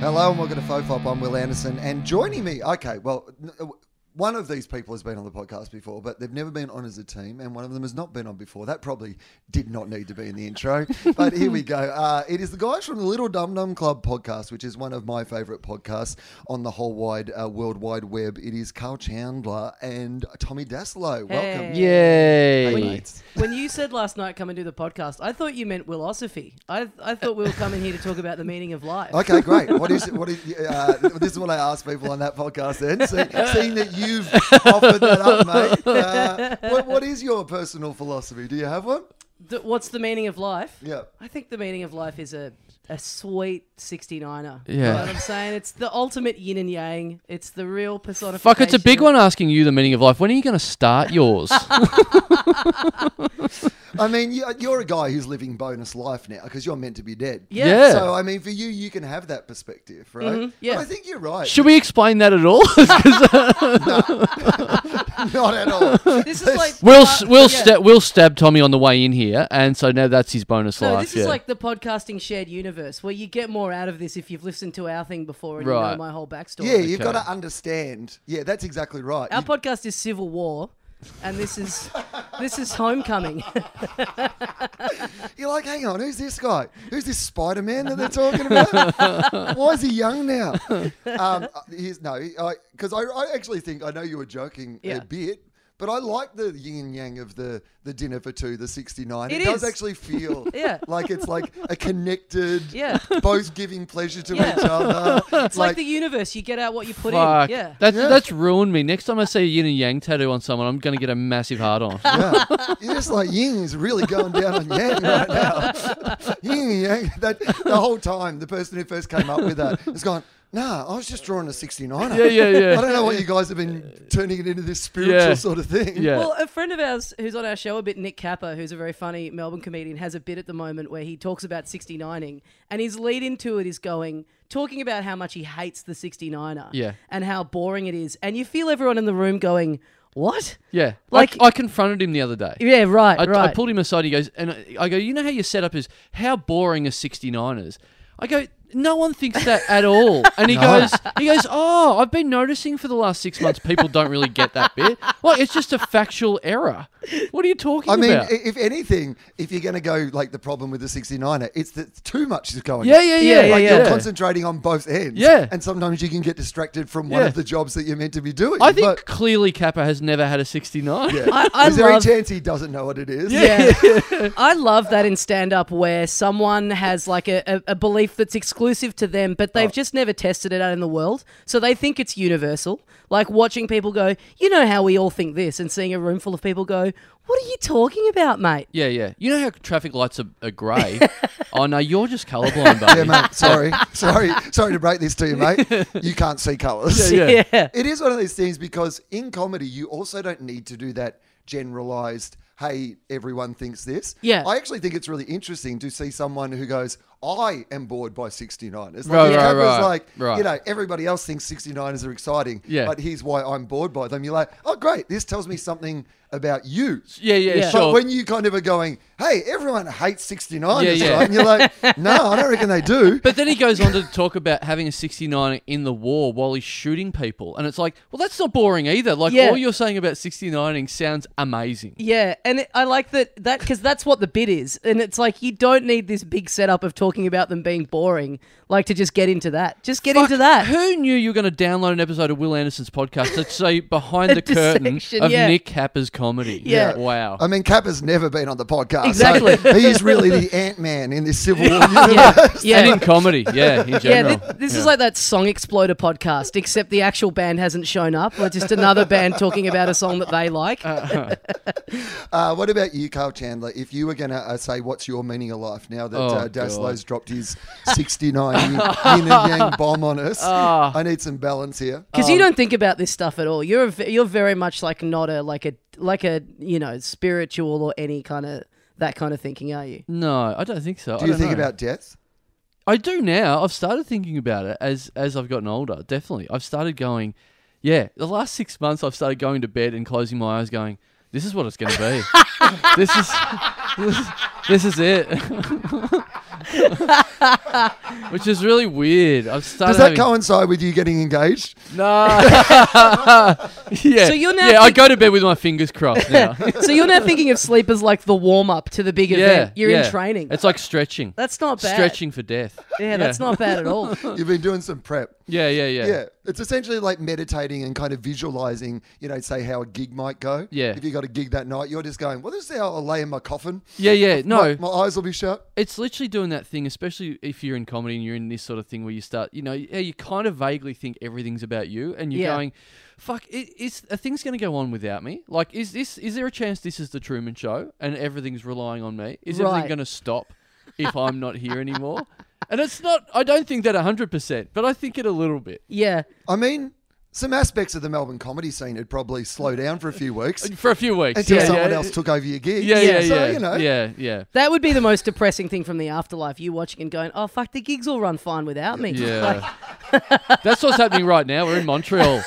Hello and welcome to Fofop. I'm Will Anderson, and joining me, okay, well, n- uh, one of these people has been on the podcast before, but they've never been on as a team, and one of them has not been on before. That probably did not need to be in the intro, but here we go. Uh, it is the guys from the Little Dum Dum Club podcast, which is one of my favourite podcasts on the whole wide uh, world wide web. It is Carl Chandler and Tommy Daslow. Welcome. Hey. Yay! Hey, When you, mates. when you said last night come and do the podcast, I thought you meant philosophy. I, I thought we were coming here to talk about the meaning of life. Okay, great. What is what is uh, this is what I ask people on that podcast. Then, See, seeing that you've offered that up, mate, uh, what, what is your personal philosophy? Do you have one? Th- what's the meaning of life? Yeah. I think the meaning of life is a, a sweet 69er. You Yeah. know what I'm saying? It's the ultimate yin and yang. It's the real personification. Fuck, it's a big of- one asking you the meaning of life. When are you going to start yours? I mean, you- you're a guy who's living bonus life now because you're meant to be dead. Yeah. Mm-hmm. Yeah. So uh, I mean, for you, you can have that perspective, right? yeah. But I think you're right. Should we explain that at all? 'Cause Not at all. This is like uh, we'll s we'll yeah. sta- we'll stab Tommy on the way in here, and so now that's his bonus No, life. this is yeah. like the podcasting shared universe where you get more out of this if you've listened to our thing before and you know Right. my whole backstory. yeah, you've Okay. got to understand. Yeah, that's exactly right. Our podcast is Civil War, and this is this is Homecoming. You're like, hang on, who's this guy? Who's this Spider Man that they're talking about? Why is he young now? Um, here's, no, because I, I actually think I know you were joking Yeah. a bit. But I like the yin and yang of the, the dinner for two, the 69. It, It does is. actually feel Yeah. like it's like a connected, Yeah. both giving pleasure to Yeah. each other. It's like, the universe. You get out what you put Fuck, in. Yeah. that's Yeah. that's ruined me. Next time I see a yin and yang tattoo on someone, I'm going to get a massive hard on. Yeah. You're just like yin is really going down on yang right now. yin and yang. That the whole time the person who first came up with that has gone. Nah, I was just drawing a 69er. Yeah, yeah, yeah. I don't know what you guys have been turning it into this spiritual Yeah. sort of thing. Yeah. Well, a friend of ours who's on our show a bit, Nick Kappa, who's a very funny Melbourne comedian, has a bit at the moment where he talks about 69ing, and his lead into it is going, talking about how much he hates the 69er Yeah. and how boring it is. And you feel everyone in the room going, What? yeah, Like- like I, confronted him the other day. Yeah, right, I, right. I pulled him aside. He goes, and I- I go, you know how your setup is? How boring are 69ers? I go, no one thinks that at all. And he goes, he goes, oh, I've been noticing for the last six months, people don't really get that bit. Well, it's just a factual error. What are you talking I mean, about? i- if anything, if you're going to go like the problem with the 69er, it's that too much is going yeah, on. yeah, yeah, yeah, Like yeah. you're concentrating on both ends. Yeah. And sometimes you can get distracted from one Yeah. of the jobs that you're meant to be doing. I think But, clearly Kappa has never had a 69. yeah. I- I is there love- a chance he doesn't know what it is? Yeah. I love that in stand up where someone has like a, a, a belief that's exclusive to them, but Oh. they've just never tested it out in the world. So they think it's universal. Like watching people go, you know how we all think this, and seeing a room full of people go, what are you talking about, mate? Yeah, yeah. You know how traffic lights are, are grey? oh, no, you're just colourblind, buddy. Yeah, mate. Sorry, sorry, sorry to break this to you, mate. You can't see colours. Yeah. Yeah. It is one of these things because in comedy, you also don't need to do that generalized. Hey, everyone thinks this. Yeah. I actually think it's really interesting to see someone who goes, "I am bored by 69." It's like Right, if right, Cameron's right, like, right. you know, everybody else thinks 69ers are exciting. Yeah. But here's why I'm bored by them. You're like, oh, great, this tells me something about you. Yeah, yeah, Yeah. But sure. when you kind of are going, hey, everyone hates 69, Yeah, yeah, yeah. Right? and you're like, no, I don't reckon they do. But then he goes on to talk about having a 69 in the war while he's shooting people. And it's like, well, that's not boring either. Like, Yeah. all you're saying about 69ing sounds amazing. Yeah, and it, I like that that because that's what the bit is, and it's like you don't need this big setup of talking about them being boring, like to just get into that. Just get into Fuck, that. Who knew you were going to download an episode of Will Anderson's podcast to say behind the curtain dissection, of yeah. Nick Capper's comedy? Yeah. Wow. I mean, Kappa's never been on the podcast. Exactly. So he's really the Ant Man in this Civil War universe. Yeah, and in comedy, yeah, in yeah. general. thi- this is like that Song Exploder podcast, except the actual band hasn't shown up. We're just another band talking about a song that they like. Uh, what about you, Carl Chandler? If you were going to uh, say, what's your meaning of life now that Oh, uh, God. Daslow's dropped his 69 yin, yin and yang bomb on us? Ah. I need some balance here. Because um, you don't think about this stuff at all. You're a ve- you're very much like not a like a like a you know spiritual or any kind of that kind of thinking, are you? no, I don't think so. I Do you don't think know. about death? I do now. I've started thinking about it as as I've gotten older. Definitely, I've started going. Yeah, the last six months, I've started going to bed and closing my eyes, going, "This is what it's going to be. this is." This, this is it, which is really weird. I've started. Does that having- coincide with you getting engaged? No. yeah. So you're now yeah, I think- go to bed with my fingers crossed now. so you're now thinking of sleep as like the warm up to the big yeah. event. You're yeah. in training. It's like stretching. That's not bad. Stretching for death. Yeah, that's not bad at all. You've been doing some prep. Yeah, yeah, yeah. Yeah, it's essentially like meditating and kind of visualizing, you know, say how a gig might go. Yeah. If you got a gig that night, you're just going, well, this is how I'll lay in my coffin. Yeah, yeah. My, No. my eyes will be shut. It's literally doing that thing, especially if you're in comedy and you're in this sort of thing where you start, you know, yeah, you kind of vaguely think everything's about you, and you're Yeah. going, "Fuck, i- is a thing's going to go on without me? Like, is this is there a chance this is the Truman Show and everything's relying on me? Is everything Right. going to stop if I'm not here anymore?" And it's not. I don't think that hundred percent, but I think it a little bit. Yeah. I mean, some aspects of the Melbourne comedy scene had probably slowed down for a few weeks For a few weeks, until yeah, someone yeah, else took over your gig. Yeah, yeah, yeah, So, yeah, you know, yeah, yeah. That would be the most depressing thing from the afterlife. You watching and going, oh, fuck, the gigs will run fine without me. Like, Yeah. That's what's happening right now. We're in Montreal.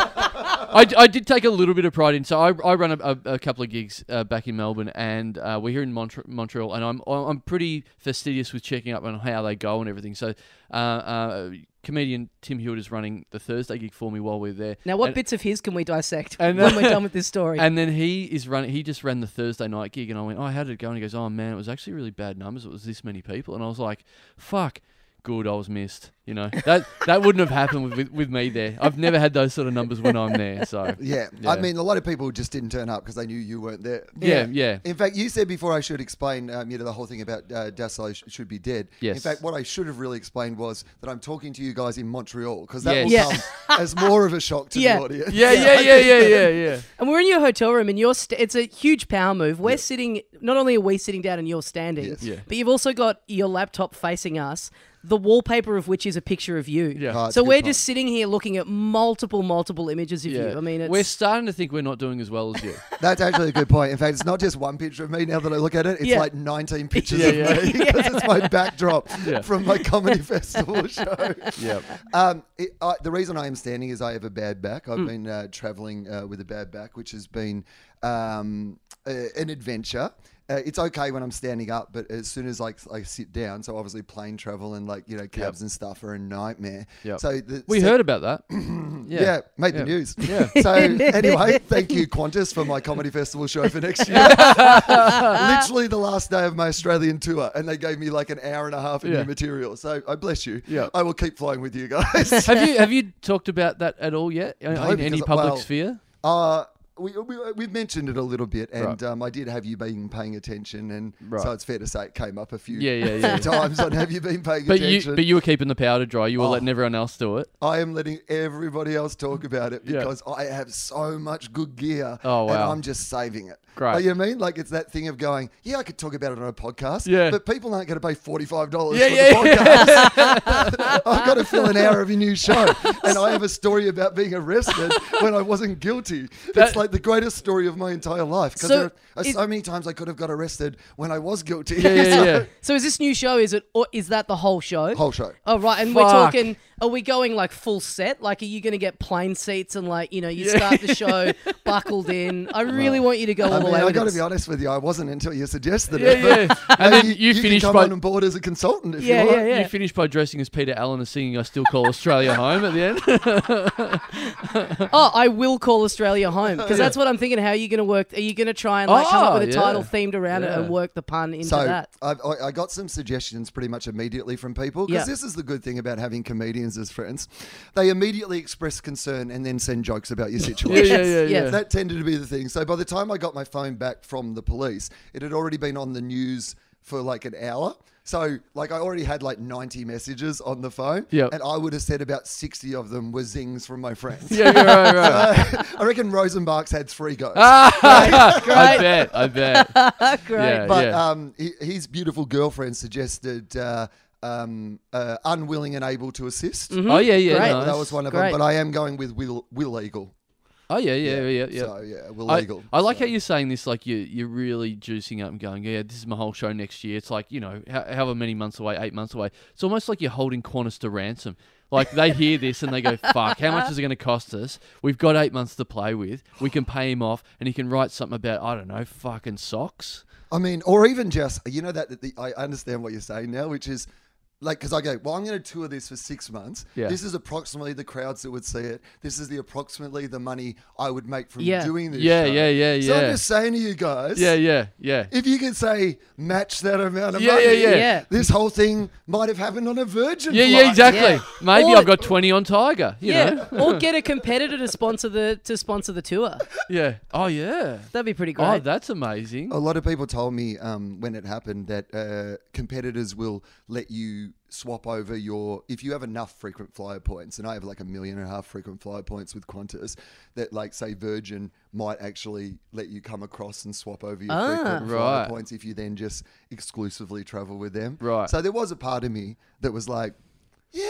I, I did take a little bit of pride in. So I, I run a, a, a couple of gigs uh, back in Melbourne, and uh, we're here in Montre- Montreal, and I'm I'm pretty fastidious with checking up on how they go and everything. So uh, uh, comedian Tim Hewitt is running the Thursday gig for me while we're there. now, what And- bits of his can we dissect and- when we're done with this story? and then he is running. He just ran the Thursday night gig, and I went, "Oh, how did it go?" And he goes, "Oh man, it was actually really bad numbers. It was this many people." And I was like, "Fuck, good, I was missed." You know that that wouldn't have happened with, with with me there. I've never had those sort of numbers when I'm there. So Yeah. Yeah. I mean, a lot of people just didn't turn up because they knew you weren't there. Yeah, yeah. In fact, you said before I should explain, um, you know, the whole thing about uh, Dassault sh- should be dead. Yes. In fact, what I should have really explained was that I'm talking to you guys in Montreal because that will Yes. come as more of a shock to Yeah. the audience. yeah, yeah, yeah, yeah, yeah, yeah. And we're in your hotel room, and you're st- it's a huge power move. We're sitting. Not only are we sitting down, and you're standing, Yes. Yeah. but you've also got your laptop facing us. The wallpaper of which is a picture of you. Yeah. Oh, it's a so good we're point. just sitting here looking at multiple, multiple images of yeah. you. I mean, it's, we're starting to think we're not doing as well as you. That's actually a good point. In fact, it's not just one picture of me now that I look at it. It's Yeah. like 19 pictures Yeah, of yeah. me because it's my backdrop Yeah. from my comedy festival show. yeah. Um, it, I, the reason I am standing is I have a bad back. Hmm. I've been uh, traveling uh, with a bad back, which has been um, a, an adventure. Uh, it's okay when I'm standing up, but as soon as like I sit down, so obviously plane travel and like you know cabs and stuff are a nightmare. Yep. So the, We so- heard about that. yeah, made the news. Yeah. So anyway, thank you Qantas for my comedy festival show for next year. Literally the last day of my Australian tour, and they gave me like an hour and a half of Yeah. new material. So I bless you. Yeah. I will keep flying with you guys. Have you have you talked about that at all yet in, in any because- public well, sphere? Uh, we, we, we've mentioned it a little bit, and Right. um, I did have you been paying attention, and Right. so it's fair to say it came up a few, Yeah, yeah, yeah. few times on have you been paying But you attention. but you were keeping the powder dry. You were Oh. letting everyone else do it. I am letting everybody else talk about it Yeah. because I have so much good gear, Oh, and wow. I'm just saving it. Great. Like, you know what I mean? Like it's that thing of going, yeah, I could talk about it on a podcast, Yeah. but people aren't going to pay forty five dollars Yeah, for yeah, the podcast. I've got to fill an hour of your new show, and I have a story about being arrested when I wasn't guilty. That- it's like like the greatest story of my entire life because So there are uh, it- so many times I could have got arrested when I was guilty. Yeah, yeah, yeah. So is this new show? Is it or is that the whole show? Whole show. Oh right, and we're Fuck. talking. Are we going like full set? Like, are you going to get plane seats and like you know you start the show buckled in? I really want you to go all I the mean, way. I with got to this. be honest with you, I wasn't until you suggested Yeah, it. but yeah. And maybe then you can finished come by- on and board as a consultant if Yeah, you want. yeah, yeah. You finished by dressing as Peter Allen and singing "I Still Call Australia Home" at the end. Oh, I will call Australia home because that's what I'm thinking. How are you going to work? Are you going to try and like come Oh, up with a yeah. title themed around it Yeah. and work the pun into So that? I've, I I got some suggestions pretty much immediately from people because Yeah. this is the good thing about having comedians as friends. They immediately express concern and then send jokes about your situation. yeah, yeah, yes. yeah. That tended to be the thing. So by the time I got my phone back from the police, it had already been on the news for like an hour. So like I already had like 90 messages on the phone Yep. and I would have said about 60 of them were zings from my friends. yeah, yeah, right, right. I reckon Rosenbach's had three goes. Ah! I bet. I bet. Great. Yeah, But yeah. um, he, his beautiful girlfriend suggested uh, um, uh, unwilling and able to assist. oh yeah, yeah. Mm-hmm. Great. That- nice. That was one of Great. them. But I am going with Will, Will Eagle. Oh yeah, yeah, yeah, yeah. So, yeah, Will I, Eagle. I like So- how you're saying this. Like you, you're really juicing up and going. Yeah, this is my whole show next year. It's like you know, how, however many months away, eight months away. It's almost like you're holding Qantas to ransom. Like they hear this and they go, "Fuck! How much is it going to cost us? We've got eight months to play with. We can pay him off, and he can write something about I don't know, fucking socks." I mean, or even just you know that, that the, I understand what you're saying now, which is like because I go, well, I'm going to tour this for six months. Yeah. This is approximately the crowds that would see it. This is the approximately the money I would make from Yeah. doing this. Yeah, show. yeah, yeah, So yeah. I'm just saying to you guys, Yeah, yeah, yeah. if you could say match that amount of Yeah, money, yeah, yeah. Yeah. this whole thing might have happened on a Virgin. Yeah, flight. yeah, exactly. Yeah. Maybe Or- I've got twenty on Tiger. You Yeah, know? or get a competitor to sponsor the to sponsor the tour. Yeah. Oh yeah. That'd be pretty Oh, great. Oh. that's amazing. A lot of people told me um, when it happened that uh, competitors will let you swap over your if you have enough frequent flyer points, and I have like a million and a half frequent flyer points with Qantas. That like say Virgin might actually let you come across and swap over your frequent flyer Right. points if you then just exclusively travel with them. Right. So there was a part of me that was like, yeah,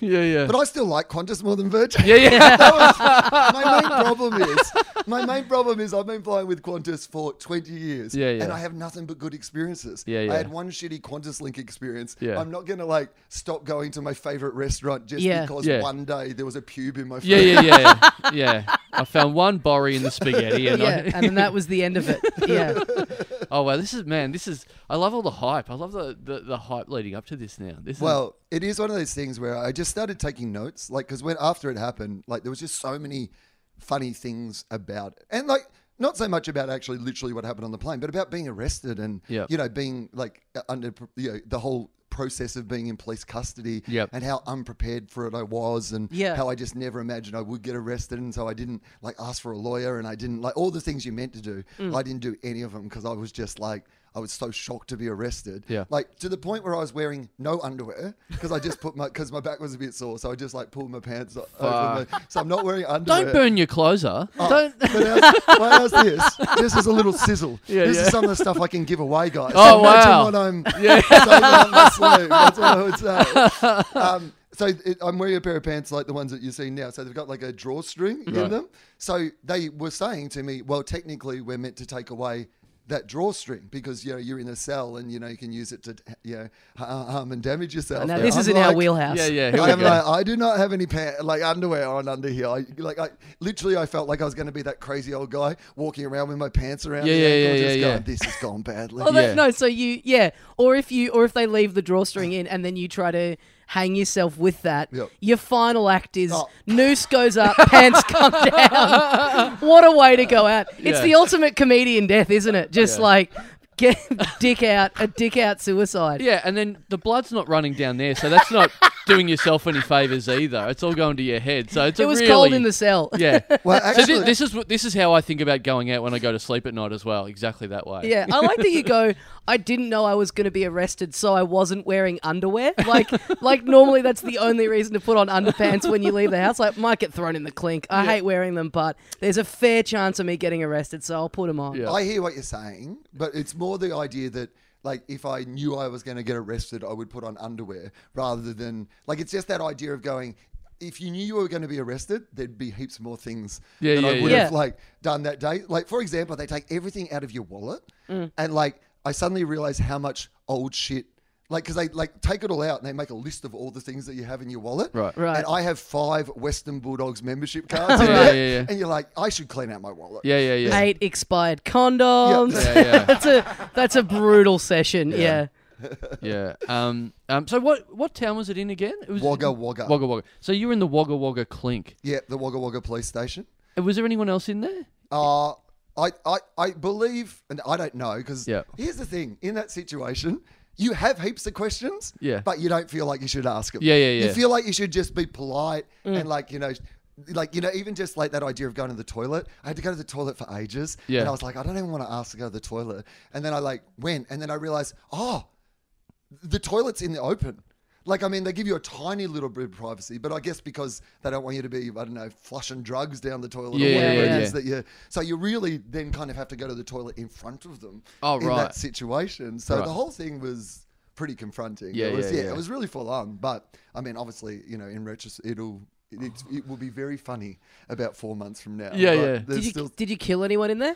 Yeah, yeah. but I still like Qantas more than Virgin. yeah, yeah. That was- my main problem is my main problem is I've been flying with Qantas for 20 years Yeah, yeah. and I have nothing but good experiences. Yeah, I yeah. had one shitty Qantas Link experience. Yeah. I'm not going to like stop going to my favorite restaurant just Yeah. because Yeah. one day there was a pube in my food. Yeah, yeah, yeah, yeah. I found one borry in the spaghetti, and yeah, I, and then that was the end of it. Yeah, oh wow, this is man, this is. I love all the hype. I love the the, the hype leading up to this. Now, this is, Well, it is one of those things where I just started taking notes, like because when after it happened, like there was just so many funny things about it, and like not so much about actually literally what happened on the plane, but about being arrested and Yep. you know being like uh, under you know the whole process of being in police custody Yep. and how unprepared for it I was and Yeah. how I just never imagined I would get arrested and so I didn't like ask for a lawyer and I didn't like all the things you meant to do Mm. I didn't do any of them because I was just like I was so shocked to be arrested Yeah. like to the point where I was wearing no underwear because I just put my because my back was a bit sore, so I just like pulled my pants o- over. My, so I'm not wearing underwear. don't burn your closer. Oh, Don't. But how's, well, how's this? This is a little sizzle. Yeah, this yeah. is some of the stuff I can give away, guys. Oh, Imagine wow. What I'm saving up my sleeve. That's what I would say. Um, so it, I'm wearing a pair of pants like the ones that you see now. So they've got like a drawstring in Right. them. So they were saying to me, well, technically we're meant to take away that drawstring because you know you're in a cell and you know you can use it to you know ha- harm and damage yourself. now But this is I'm in our like- wheelhouse. Yeah, yeah. Here we I'm go. like, I do not have any pant, like underwear on under here. I, like, I literally, I felt like I was going to be that crazy old guy walking around with my pants around. Yeah, the yeah, ankle, yeah, just yeah, going, yeah. This has gone badly. Oh, that, Yeah. no, so you yeah, or if you or if they leave the drawstring in and then you try to hang yourself with that, Yep. your final act is Oh. noose goes up, pants come down. What a way to go out! It's Yeah. the ultimate comedian death, isn't it? Just like get dick out, a dick out suicide. Yeah, and then the blood's not running down there, so that's not doing yourself any favors either. It's all going to your head. So it's it a was really, cold in the cell. Yeah. Well, So actually, thi- this is what this is how I think about going out when I go to sleep at night as well. Exactly that way. Yeah, I like that you go. I didn't know I was going to be arrested, so I wasn't wearing underwear. Like, like normally that's the only reason to put on underpants when you leave the house. Like, might get thrown in the clink. I hate wearing them, but there's a fair chance of me getting arrested, so I'll put them on. Yeah. I hear what you're saying, but it's more the idea that. Like if I knew I was going to get arrested, I would put on underwear rather than like it's just that idea of going. if you knew you were going to be arrested, there'd be heaps more things Yeah, that I yeah, would yeah. have Yeah. like done that day. Like for example, they take everything out of your wallet, Mm. and like I suddenly realize how much old shit. Like, because they like take it all out and they make a list of all the things that you have in your wallet. Right. Right. And I have five Western Bulldogs membership cards in Yeah, there, yeah, yeah. and you're like, I should clean out my wallet. Yeah, yeah, yeah. Eight expired condoms. Yeah, yeah. that's a that's a brutal session. Yeah. Yeah. Um, um, so what what town was it in again? It was Wagga Wagga. Wagga Wagga. So you were in the Wagga Wagga clink. Yeah, the Wagga Wagga police station. Uh, Was there anyone else in there? Uh, I, I, I believe, and I don't know, because Yeah. here's the thing in that situation, you have heaps of questions, Yeah. but you don't feel like you should ask them. Yeah, yeah, yeah. You feel like you should just be polite and, like, you know, like, you know, even just like that idea of going to the toilet. I had to go to the toilet for ages. Yeah. And I was like, I don't even want to ask to go to the toilet. And then I, like, went, and then I realized, oh, the toilet's in the open. Like, I mean, they give you a tiny little bit of privacy, but I guess because they don't want you to be, I don't know, flushing drugs down the toilet Yeah, or whatever yeah, it is yeah. that you. So you really then kind of have to go to the toilet in front of them Oh, in right. that situation. So Right. the whole thing was pretty confronting. Yeah, it was, yeah, yeah. It was really full on, but I mean, obviously, you know, in retrospect, it'll. It, it will be very funny about four months from now. but Yeah, yeah. there's Did you still did you kill anyone in there?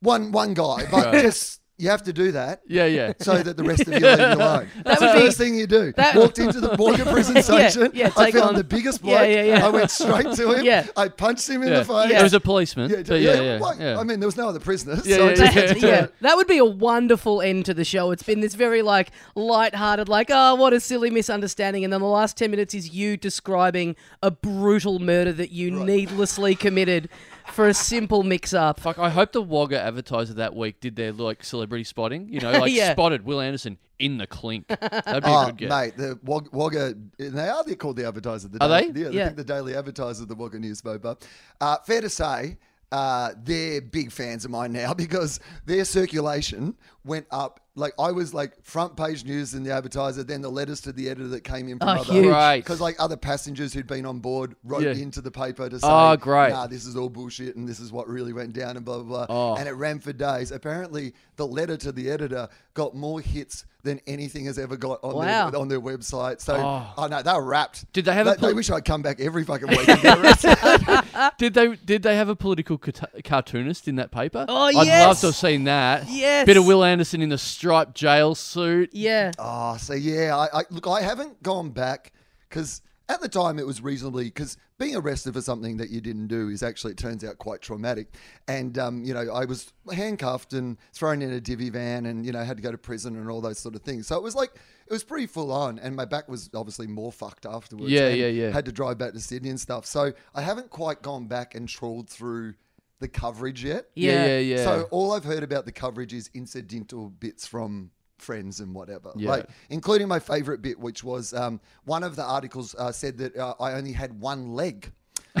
one one guy, but just you have to do that Yeah, yeah. so that the rest of you leave you alone. That's would the be- first thing you do. that- Walked into the Morgan prison Yeah, station. yeah, I take found on. the biggest Yeah, bloke. yeah, yeah. I went straight to him. Yeah. I punched him in yeah. the face. It was a policeman. Yeah, but yeah, yeah, well, yeah. I mean, there was no other prisoners. Yeah, so I yeah, just yeah. had to do yeah, it. that would be a wonderful end to the show. It's been this very like light-hearted, like oh, what a silly misunderstanding, and then the last ten minutes is you describing a brutal murder that you needlessly committed for a simple mix-up. Fuck, I hope the Wagga advertiser that week did their like celebrity spotting. You know, like Yeah. spotted Will Anderson in the clink. That'd be a Oh, good guess. mate, the Wag- Wagga, they are they're called the Advertiser. The Are Daily- they? Yeah, they Yeah. think the Daily Advertiser, the Wagga newspaper. Uh, fair to say, uh, they're big fans of mine now because their circulation went up. Like I was like front page news in the Advertiser, then the letters to the editor that came in from Oh, other huge. Right. because like other passengers who'd been on board wrote Yeah. into the paper to say, Oh, great. nah, "Ah, this is all bullshit and this is what really went down and blah blah Oh. blah." And it ran for days. Apparently, the letter to the editor got more hits than anything has ever got on Wow. their on their website. So I know they were wrapped. Oh. Did they have a They, they pol- wish I'd come back every fucking week. and get arrested. Did they did they have a political cart- cartoonist in that paper? Oh, I'd love yes. to have seen that. Yes. Bit of Will Anderson in the striped jail suit. Yeah, oh, so yeah. I, I look. I haven't gone back because. At the time, it was reasonably because being arrested for something that you didn't do is actually, it turns out, quite traumatic. And, um, you know, I was handcuffed and thrown in a divvy van and, you know, had to go to prison and all those sort of things. So it was like, it was pretty full on. And my back was obviously more fucked afterwards. Yeah, and yeah, yeah. Had to drive back to Sydney and stuff. So I haven't quite gone back and trawled through the coverage yet. Yeah, yeah, Yeah. yeah. So all I've heard about the coverage is incidental bits from friends and whatever, Yeah. like including my favorite bit, which was um, one of the articles uh, said that uh, I only had one leg.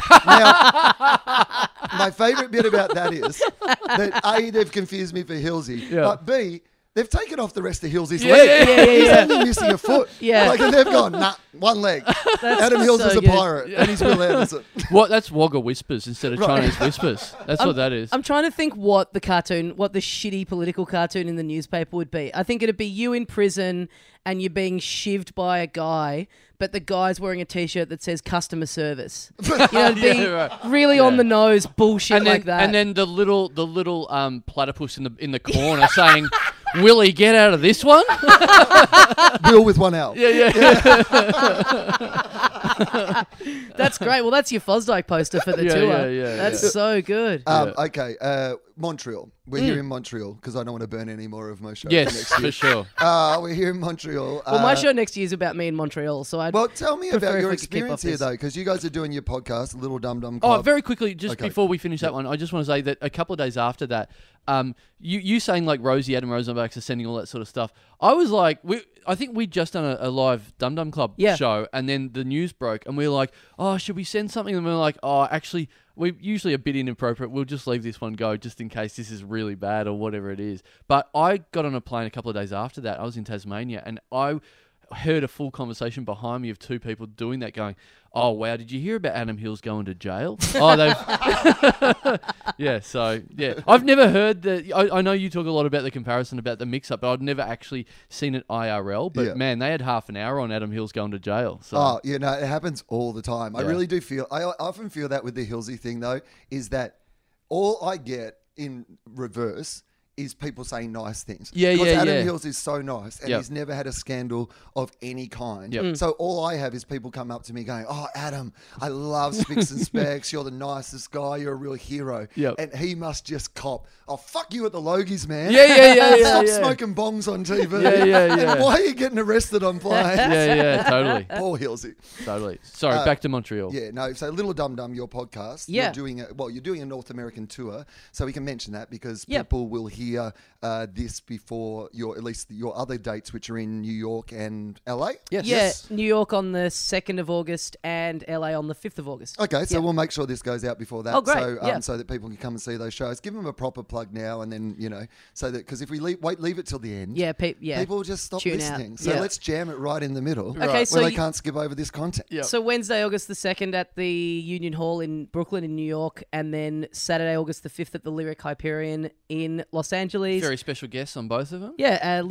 now, my favorite bit about that is that a they've confused me for Hillsy, Yeah. but b they've taken off the rest of Hillsy's Yeah, leg. yeah, yeah, He's yeah. only missing a foot. Yeah. like, and they've gone nah, one leg. Adam Hills so is a good. pirate, and he's Will Anderson. What? That's Wagga whispers instead of Right. Chinese whispers. That's what that is. I'm trying to think what the cartoon, what the shitty political cartoon in the newspaper would be. I think it'd be you in prison and you're being shivved by a guy, but the guy's wearing a T-shirt that says customer service. You know, it'd be Yeah, right. really on the nose bullshit and then, like that. and then the little the little um, platypus in the in the corner saying, "Willie, get out of this one." Will with one L. yeah, yeah, yeah. that's great. Well, that's your Fosdyke poster for the Yeah, tour. yeah, yeah, that's yeah. so good. Um, Okay, uh, Montreal. We're here in Montreal because I don't want to burn any more of my show. for yes, next for sure. uh, we're here in Montreal. well, my Uh, show next year is about me in Montreal, so I. Well, tell me prefer about if your we could keep experience off here, this. though, because you guys are doing your podcast, Little Dum Dum Oh, Club. very quickly, just Okay. before we finish that one, I just want to say that a couple of days after that, um, you you saying like Rosie Adam Rosenbach's sending all that sort of stuff. I was like, we I think we'd just done a, a live Dum Dum Club Yeah. show, and then the news broke, and we were like, oh, should we send something? And we are like, oh, actually, we're usually a bit inappropriate. We'll just leave this one go, just in case this is really bad or whatever it is. But I got on a plane a couple of days after that. I was in Tasmania, and I heard a full conversation behind me of two people doing that, going, "Oh wow, did you hear about Adam Hills going to jail?" oh, they've yeah. So yeah, I've never heard the. I, I know you talk a lot about the comparison about the mix-up, but I've never actually seen it IRL. But Yeah. man, they had half an hour on Adam Hills going to jail. So Oh, you know, it happens all the time. I Yeah. really do feel, I I often feel that with the Hillsy thing, though, is that all I get in reverse is people saying nice things. Yeah, Because yeah, Adam yeah. Hills is so nice and Yep. he's never had a scandal of any kind. Yep. Mm. So all I have is people come up to me going, Oh, Adam, I love Spicks and Specs. You're the nicest guy. You're a real hero. Yep. And he must just cop. Oh, fuck you at the Logies, man. Yeah, yeah, yeah, yeah, Stop yeah. smoking bongs on TV. Yeah, yeah, yeah. Why are you getting arrested on plane? yeah, yeah, totally, Paul Hillsy. totally. Sorry, back to Montreal. Uh, Yeah, no. So Little Dum Dum, your podcast. Yeah. You're doing a, well. You're doing a North American tour, so we can mention that because Yep. people will hear uh, this before your at least your other dates, which are in New York and LA. Yes. Yeah, New York on the 2nd of August and LA on the 5th of August. Okay, so Yeah. we'll make sure this goes out before that, Oh, great, so um, yeah. so that people can come and see those shows. Give them a proper plug now, and then you know, so that because if we leave, wait, leave it till the end, Yeah, pe- yeah. people will just stop Tune out. listening. So Yeah. let's jam it right in the middle, okay, where Right. so they you- can't skip over this content. Yeah. So Wednesday, August the second, at the Union Hall in Brooklyn, in New York, and then Saturday, August the fifth, at the Lyric Hyperion in Los Angeles. Very special guests on both of them. yeah, uh,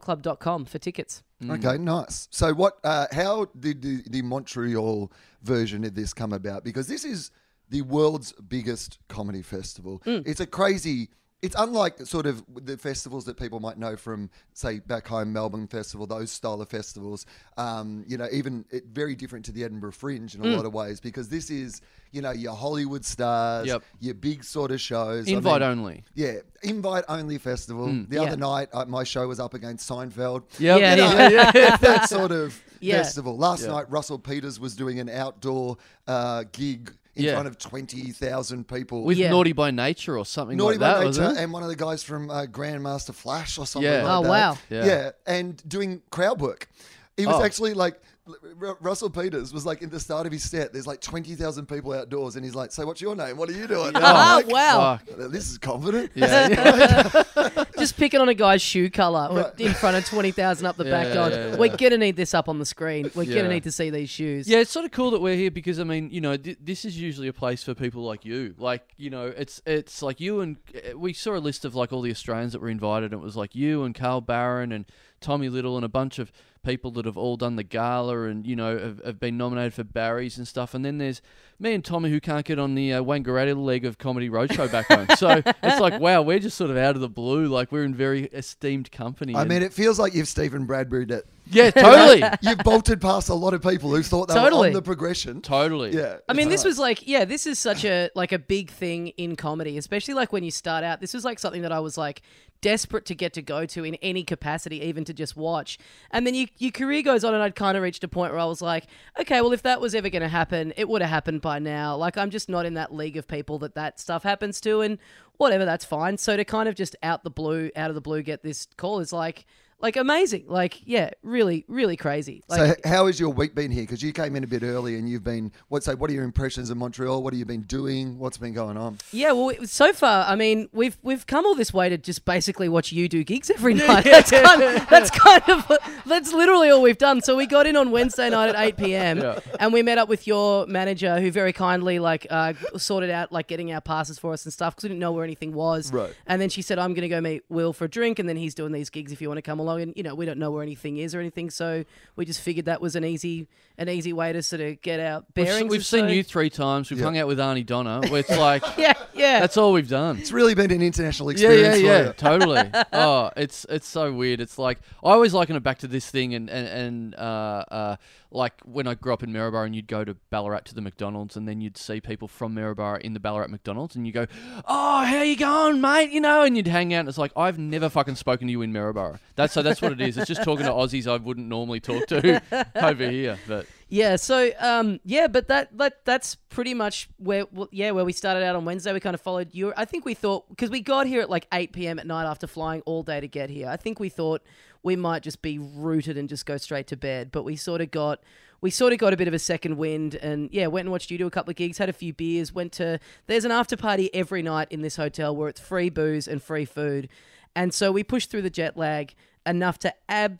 littledumdumclub.com for tickets. Mm. Okay, nice. So, what? Uh, how did the, the Montreal version of this come about? Because this is the world's biggest comedy festival. Mm. It's a crazy. It's unlike sort of the festivals that people might know from, say, back home Melbourne Festival, those style of festivals. Um, you know, even it, very different to the Edinburgh Fringe in Mm. a lot of ways because this is, you know, your Hollywood stars, Yep. your big sort of shows. I Invite mean, only. yeah, invite only festival. the Yeah. other night, uh, my show was up against Seinfeld. Hmm, Yep. Yeah, You know, yeah, it's that sort of Yeah. festival. Last night, Russell Peters was doing an outdoor uh, gig in Yeah. front of twenty thousand people. With Yeah. Naughty by Nature or something Naughty like that. by wasn't Nature it? and one of the guys from uh, Grandmaster Flash or something Yeah. like Oh, that. wow. Yeah. and doing crowd work. He was Oh. actually like, R- Russell Peters was like, in the start of his set, there's like 20,000 people outdoors, and he's like, So, what's your name? What are you doing? And Oh, I'm like, wow. Fuck. This is confident. Yeah. Just picking on a guy's shoe color in front of 20,000 up the back yeah, door. yeah, yeah. We're going to need this up on the screen. We're going Yeah. to need to see these shoes. Yeah, it's sort of cool that we're here because I mean, you know, th- this is usually a place for people like you. Like, you know, it's it's like you and uh, we saw a list of like all the Australians that were invited. And it was like you and Carl Barron and Tommy Little and a bunch of people that have all done the gala and you know have, have been nominated for Barrys and stuff. And then there's me and Tommy who can't get on the uh, Wangaratta leg of Comedy Roadshow back home. So it's like, wow, we're just sort of out of the blue. Like we're in very esteemed company. I And- mean, it feels like you've Stephen Bradbury it. yeah, totally, You've bolted past a lot of people who thought they were Totally. on the progression. totally. Yeah. I mean, this was. was like, yeah, this is such a like a big thing in comedy, especially like when you start out. This was like something that I was like desperate to get to go to in any capacity, even to just watch. And then you, your career goes on, and I'd kind of reached a point where I was like, okay, well, if that was ever going to happen, it would have happened by now. Like, I'm just not in that league of people that that stuff happens to, and whatever, that's fine. So to kind of just out the blue, out of the blue, get this call is like, like amazing. Like, yeah, really, really crazy. Like, So, h- how has your week been here? Because you came in a bit early, and you've been what? So, what are your impressions of Montreal? What have you been doing? What's been going on? Yeah, well, it was- so far, I mean, we've we've come all this way to just basically watch you do gigs every night. That's kind of, that's kind of that's literally all we've done. So we got in on Wednesday night at eight pm, and we met up with your manager, who very kindly like uh, sorted out like getting our passes for us and stuff because we didn't know where anything was. Right. And then she said, "I'm going to go meet Will for a drink," and then he's doing these gigs if you want to come along. And you know, we don't know where anything is or anything, so we just figured that was an easy an easy way to sort of get our We've, bearings. se- we've and seen so- you three times. We've hung out with Arnie Donna. Where it's like Yeah, yeah. that's all we've done. It's really been an international Yeah, yeah, experience. yeah, for totally. Oh, it's it's so weird. It's like I always liken it back to this thing, and and, and uh, uh, like when I grew up in Maryborough, and you'd go to Ballarat to the McDonald's, and then you'd see people from Maryborough in the Ballarat McDonald's, and you go, "Oh, how you going, mate?" You know, and you'd hang out, and it's like I've never fucking spoken to you in Maryborough. That's so that's what it is. It's just talking to Aussies I wouldn't normally talk to over here, but. Yeah. So, um, yeah, but that that that's pretty much where well, yeah where we started out on Wednesday. We kind of followed you. I think we thought because we got here at like eight p.m. at night after flying all day to get here. I think we thought we might just be rooted and just go straight to bed. But we sort of got we sort of got a bit of a second wind and yeah went and watched you do a couple of gigs, had a few beers, went to there's an after party every night in this hotel where it's free booze and free food. And so we pushed through the jet lag enough to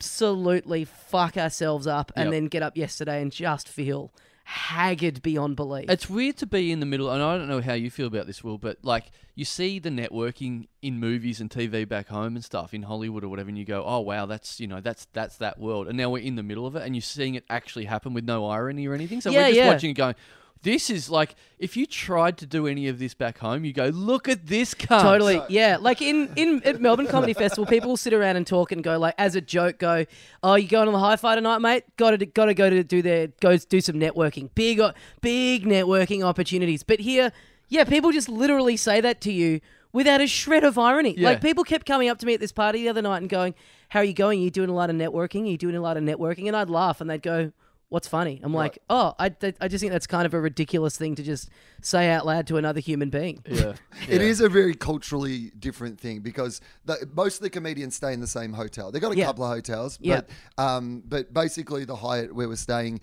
absolutely fuck ourselves up and Yep. then get up yesterday and just feel haggard beyond belief. It's weird to be in the middle, and I don't know how you feel about this, Will, but like you see the networking in movies and TV back home and stuff in Hollywood or whatever, and you go, "Oh wow, that's you know that's that's that world," and now we're in the middle of it, and you're seeing it actually happen with no irony or anything. So Yeah, we're just yeah. watching it going. This is like if you tried to do any of this back home, you go, "Look at this cunt." Totally, yeah. Like in in at Melbourne Comedy Festival, people will sit around and talk and go like, as a joke, go, "Oh, you going on the high fi tonight, mate? Got to got to go to do their go do some networking. Big o- big networking opportunities." But here, yeah, people just literally say that to you without a shred of irony. Yeah. Like people kept coming up to me at this party the other night and going, "How are you going? Are you doing a lot of networking? Are you doing a lot of networking?" And I'd laugh and they'd go. What's funny? I'm like, oh, I, I just think that's kind of a ridiculous thing to just say out loud to another human being. Yeah. It is a very culturally different thing because the, most of the comedians stay in the same hotel. They got a Yeah. couple of hotels, Yeah. but um, but basically the Hyatt where we're staying,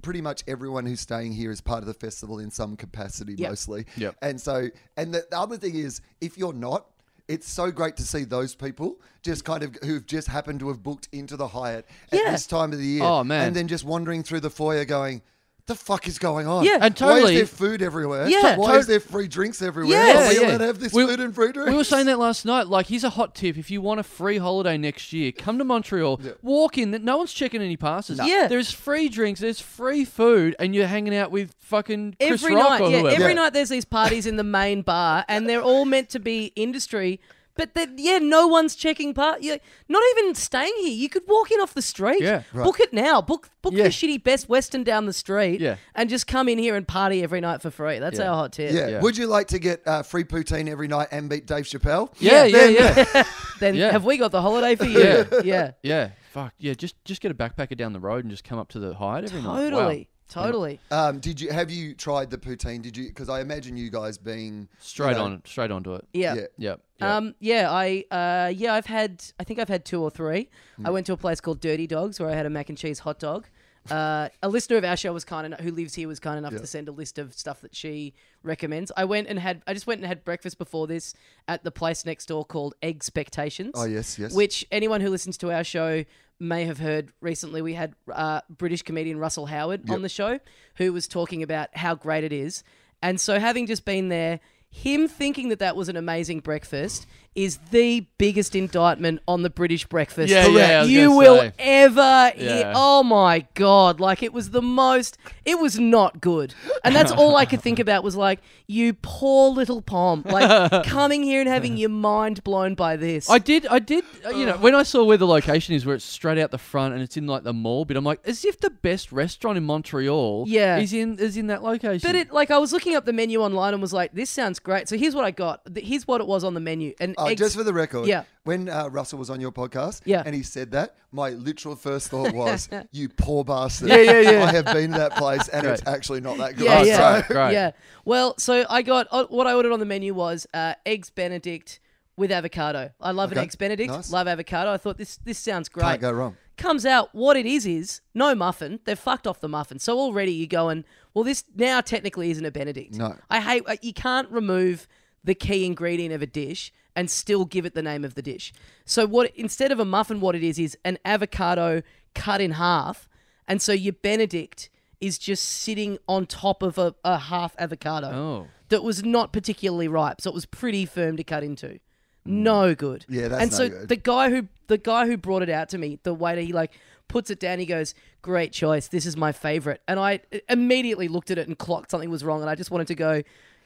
pretty much everyone who's staying here is part of the festival in some capacity, Yep. mostly. Yep. And so, and the, the other thing is, if you're not. It's so great to see those people just kind of who've just happened to have booked into the Hyatt at Yeah. this time of the year. Oh, man. And then just wandering through the foyer going, the fuck is going on? Yeah. And Why totally- is there food everywhere? Yeah. Why is there free drinks everywhere? Yeah, Are we yeah. allowed to have this We- food and free drinks? We were saying that last night. Like, here's a hot tip: if you want a free holiday next year, come to Montreal, walk in. That no one's checking any passes. Yeah. there's free drinks, there's free food, and you're hanging out with fucking Chris every Rock night, or yeah, whoever. every Yeah. night there's these parties in the main bar, and they're all meant to be industry. But that, yeah, no one's checking part. Yeah, not even staying here. You could walk in off the street. Yeah. book it now. Book book Yeah. the shitty Best Western down the street. Yeah. and just come in here and party every night for free. That's Yeah. our hot tip. yeah. Yeah. Would you like to get uh, free poutine every night and beat Dave Chappelle? Yeah, yeah, Then- yeah, yeah. Then Yeah. have we got the holiday for you? Yeah. yeah. Fuck yeah! Just just get a backpacker down the road and just come up to the Hyatt every night. Wow. totally, totally. Um, did you have you tried the poutine? Did you? Because I imagine you guys being Straight you know, on, straight onto it. Yeah. Yeah. Yep. yep. Um, yeah, I uh, yeah, I've had I think I've had two or three. Hmm. I went to a place called Dirty Dogs where I had a mac and cheese hot dog. Uh, a listener of our show was kind enough who lives here was kind enough to send a list of stuff that she recommends. I went and had I just went and had breakfast before this at the place next door called Expectations. Oh, yes, yes. Which anyone who listens to our show may have heard recently. We had uh, British comedian Russell Howard on the show who was talking about how great it is. And so, having just been there, him thinking that that was an amazing breakfast is the biggest indictment on the British breakfast Yeah, yeah, I was you gonna will say. ever hear. Yeah. Oh my God. Like, it was the most, it was not good. And that's all I could think about was like, you poor little Pom. Like, coming here and having your mind blown by this. I did, I did. uh, You know, when I saw where the location is, where it's straight out the front and it's in like the mall bit, I'm like, as if the best restaurant in Montreal, Yeah. is in is in that location. But it like I was looking up the menu online and was like, this sounds great. So here's what I got. Th- Here's what it was on the menu. And Oh, eggs- just for the record, Yeah. when uh, Russell was on your podcast Yeah. and he said that, my literal first thought was, you poor bastard. Yeah, yeah, yeah. I have been to that place and it's Great. actually not that good. yeah, Oh, yeah, great, great. yeah. Well, so I got uh, what I ordered on the menu was uh, eggs Benedict with avocado. I love an Okay, eggs Benedict. nice. Love avocado. I thought this this sounds great. Can't go wrong. Comes out what it is is no muffin. They've fucked off the muffin. So already you're going, well, this now technically isn't a Benedict. No. I hate uh, you can't remove the key ingredient of a dish and still give it the name of the dish. So what instead of a muffin, what it is is an avocado cut in half, and so your Benedict is just sitting on top of a, a half avocado Oh. that was not particularly ripe, so it was pretty firm to cut into. No good. Yeah, that's and no so good. the guy who the guy who brought it out to me, the waiter, he like puts it down. He goes, "Great choice. This is my favorite." And I uh, immediately looked at it and clocked something was wrong, and I just wanted to go,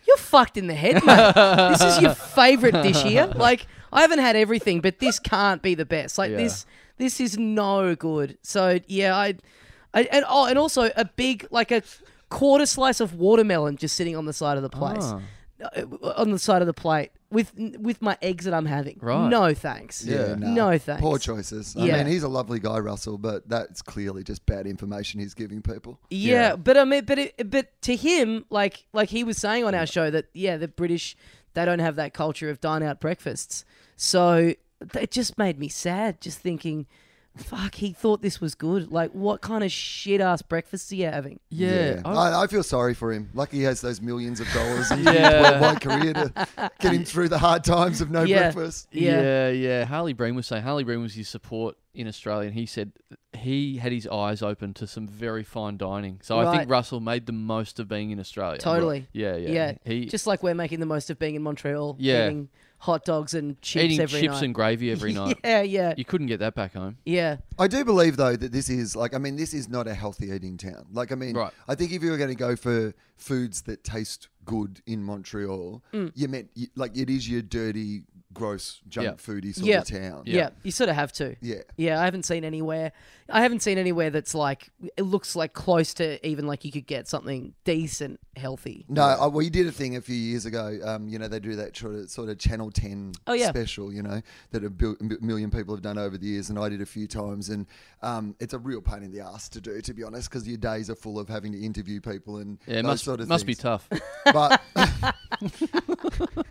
"You're fucked in the head, mate. this is your favorite dish here. Like I haven't had everything, but this can't be the best. Like Yeah. this, this is no good." So yeah, I, I and oh, and also a big like a quarter slice of watermelon just sitting on the side of the place. Ah. Uh, on the side of the plate with with my eggs that I'm having. Right. No thanks. Yeah, nah. No thanks. Poor choices. I Yeah. mean, he's a lovely guy, Russell, but that's clearly just bad information he's giving people. Yeah, but I mean, but it, but to him, like like he was saying on our show that yeah, the British they don't have that culture of dine out breakfasts. So it just made me sad just thinking, fuck, he thought this was good. Like, what kind of shit ass breakfast are you having? Yeah. I- I, I feel sorry for him. Lucky he has those millions of dollars and Yeah. yeah. white career to get him through the hard times of no Yeah. breakfast. Yeah. yeah. yeah, Harley Breen was saying Harley Breen was his support in Australia, and he said he had his eyes open to some very fine dining. So I Right. think Russell made the most of being in Australia. Totally. Yeah, yeah. Yeah. He Just like we're making the most of being in Montreal. Yeah. Eating hot dogs and chips eating every chips night. and gravy every night. Yeah, yeah. You couldn't get that back home. Yeah. I do believe though that this is like I mean this is not a healthy eating town. Like I mean Right. I think if you were going to go for foods that taste good in Montreal, you meant you- like it is your dirty, gross, junk Yeah. foody sort Yeah. of town. yeah. You sort of have to. Yeah. Yeah, I haven't seen anywhere. I haven't seen anywhere that's like it looks like close to even like you could get something decent, healthy. No, I, we did a thing a few years ago. Um, you know, they do that sort of, sort of Channel 10 Oh, yeah. special, you know, that a bil- m- million people have done over the years, and I did a few times. And um, it's a real pain in the ass to do, to be honest, because your days are full of having to interview people and Yeah, it those must sort of must things. be tough. but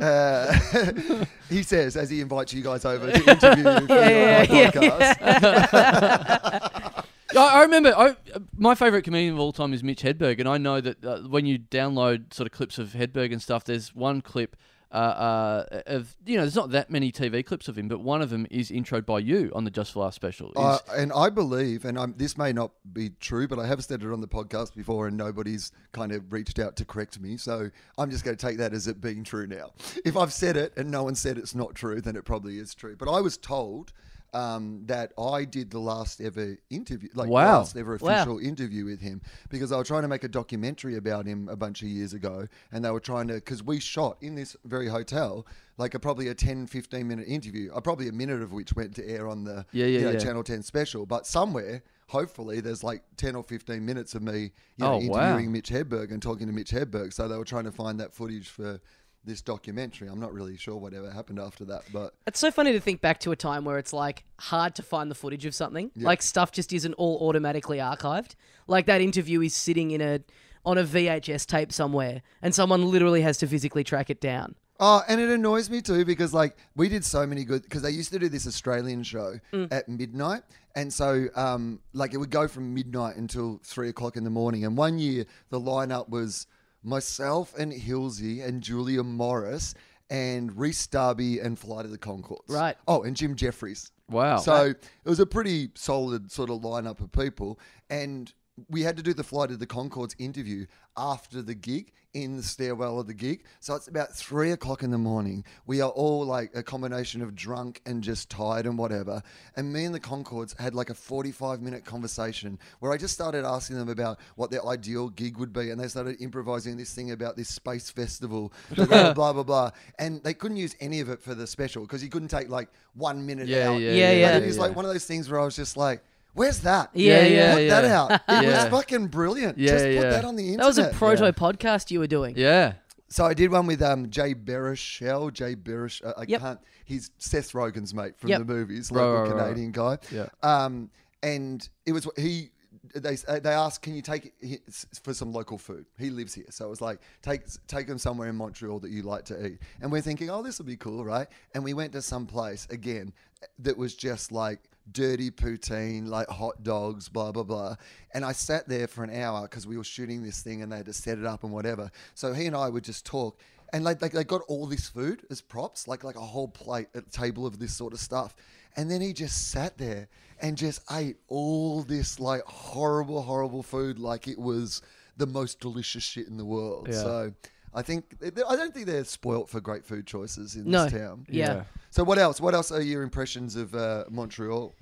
uh, he says as he invites you guys over to interview for Yeah, your yeah, podcast. I, I remember I, my favorite comedian of all time is Mitch Hedberg, and I know that uh, when you download sort of clips of Hedberg and stuff, there's one clip. Uh, uh, of you know, there's not that many TV clips of him, but one of them is introed by you on the Just for Last special. It's- Uh, and I believe, and I'm, this may not be true, but I have said it on the podcast before, and nobody's kind of reached out to correct me. So I'm just going to take that as it being true now. If I've said it and no one said it's not true, then it probably is true. But I was told um, that I did the last ever interview, like Wow. last ever Wow. official interview with him, because I was trying to make a documentary about him a bunch of years ago, and they were trying to, because we shot in this very hotel. Like a probably a 10, 15 minute interview, uh, probably a minute of which went to air on the Yeah, yeah, you know, yeah. Channel 10 special, but somewhere, hopefully, there's like 10 or 15 minutes of me you Oh, know, wow. interviewing Mitch Hedberg and talking to Mitch Hedberg. So they were trying to find that footage for this documentary. I'm not really sure whatever happened after that, but It's so funny to think back to a time where it's like hard to find the footage of something. Like stuff just isn't all automatically archived. Like that interview is sitting in a on a VHS tape somewhere and someone literally has to physically track it down. Oh, and it annoys me too because like we did so many good because they used to do this Australian show at midnight, and so um, like it would go from midnight until three o'clock in the morning. And one year the lineup was myself and Hilsey and Julia Morris and Reese Darby and Flight of the Concords. Right. Oh, and Jim Jeffries. Wow. So it was a pretty solid sort of lineup of people, and we had to do the flight of the Concords interview after the gig in the stairwell of the gig. So it's about three o'clock in the morning. We are all like a combination of drunk and just tired and whatever. And me and the Concords had like a 45 minute conversation where I just started asking them about what their ideal gig would be. And they started improvising this thing about this space festival, blah, blah, blah, blah. And they couldn't use any of it for the special because you couldn't take like one minute yeah, out. yeah, Yeah, yeah, yeah. But it was like one of those things where I was just like, "Where's that? Yeah, yeah, put that out. It Yeah. was fucking brilliant. Yeah, just put yeah. that on the internet." That was a proto podcast you were doing. yeah. so I did one with um, Jay Baruchel. Jay Baruch, uh, I Yep. can't. He's Seth Rogen's mate from Yep. the movies, Right, local right, right. Canadian guy. Yeah. Um, and it was he. They uh, they asked, can you take it for some local food? He lives here, so it was like take take him somewhere in Montreal that you like to eat. And we're thinking, oh, this will be cool, right? And we went to some place again that was just like dirty poutine, like hot dogs, blah blah blah. And I sat there for an hour because we were shooting this thing and they had to set it up and whatever. So he and I would just talk, and like, like they got all this food as props, like like a whole plate, a table of this sort of stuff. And then he just sat there and just ate all this like horrible, horrible food, like it was the most delicious shit in the world. So I think I don't think they're spoilt for great food choices in No. this town. Yeah. Yeah. So what else? What else are your impressions of uh, Montreal?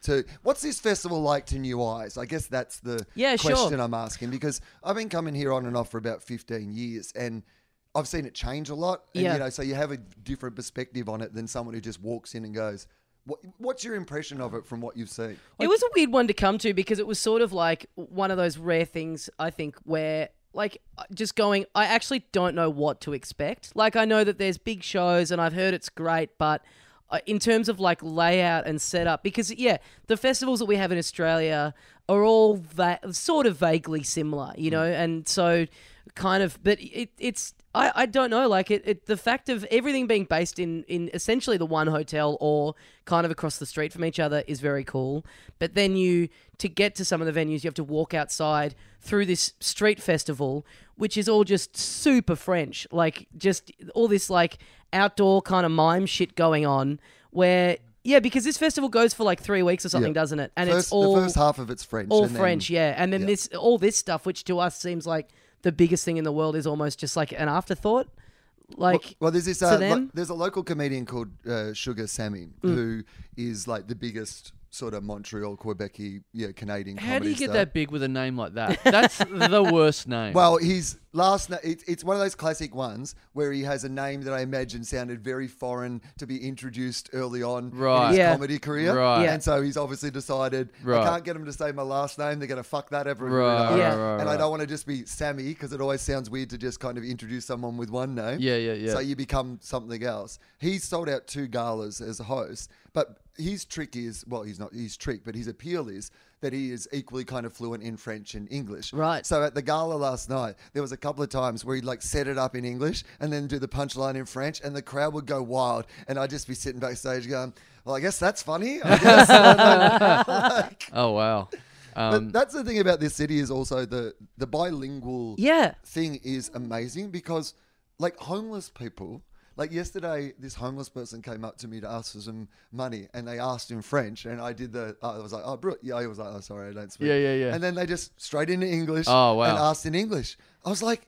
So what's this festival like to new eyes? I guess that's the Yeah, sure. question I'm asking because I've been coming here on and off for about 15 years and I've seen it change a lot. And, Yeah. You know, so you have a different perspective on it than someone who just walks in and goes, what, what's your impression of it from what you've seen? It was a weird one to come to because it was sort of like one of those rare things, I think, where like just going, I actually don't know what to expect. Like, I know that there's big shows and I've heard it's great, but uh, in terms of like layout and setup, because yeah, the festivals that we have in Australia are all va- sort of vaguely similar, you know, and so kind of but it, it's I, I don't know like it, it the fact of everything being based in in essentially the one hotel or kind of across the street from each other is very cool but then you to get to some of the venues you have to walk outside through this street festival which is all just super french like just all this like outdoor kind of mime shit going on where yeah because this festival goes for like 3 weeks or something Yeah. doesn't it and first, it's all the first half of it's French. all and then- French, yeah. And then this all this stuff, which to us seems like the biggest thing in the world, is almost just like an afterthought. Like, Well, there's this. to Uh, lo- them? there's a local comedian called uh, Sugar Sammy Mm. who is like the biggest sort of Montreal, Quebecy, yeah, Canadian. How do comedy you get star. that big with a name like that? That's the worst name. Well, his last name, it, it's one of those classic ones where he has a name that I imagine sounded very foreign to be introduced early on in Right. his Yeah. comedy career. Right. Yeah. And so he's obviously decided, I Right. can't get him to say my last name. They're going to fuck that ever. Right, Yeah. right, right, and I right. don't want to just be Sammy because it always sounds weird to just kind of introduce someone with one name. Yeah, yeah, yeah. So you become something else. He sold out two galas as a host, but his trick is well, he's not his trick, but his appeal is that he is equally kind of fluent in French and English. Right. So at the gala last night, there was a couple of times where he'd like set it up in English and then do the punchline in French, and the crowd would go wild, and I'd just be sitting backstage going, "Well, I guess that's funny." I guess. oh wow. Um, but that's the thing about this city is also the the bilingual yeah, thing is amazing because like homeless people like yesterday this homeless person came up to me to ask for some money and they asked in french and i did the i was like oh bro yeah i was like oh sorry i don't speak Yeah, yeah, yeah. and then they just straight into english Oh, wow. and asked in english i was like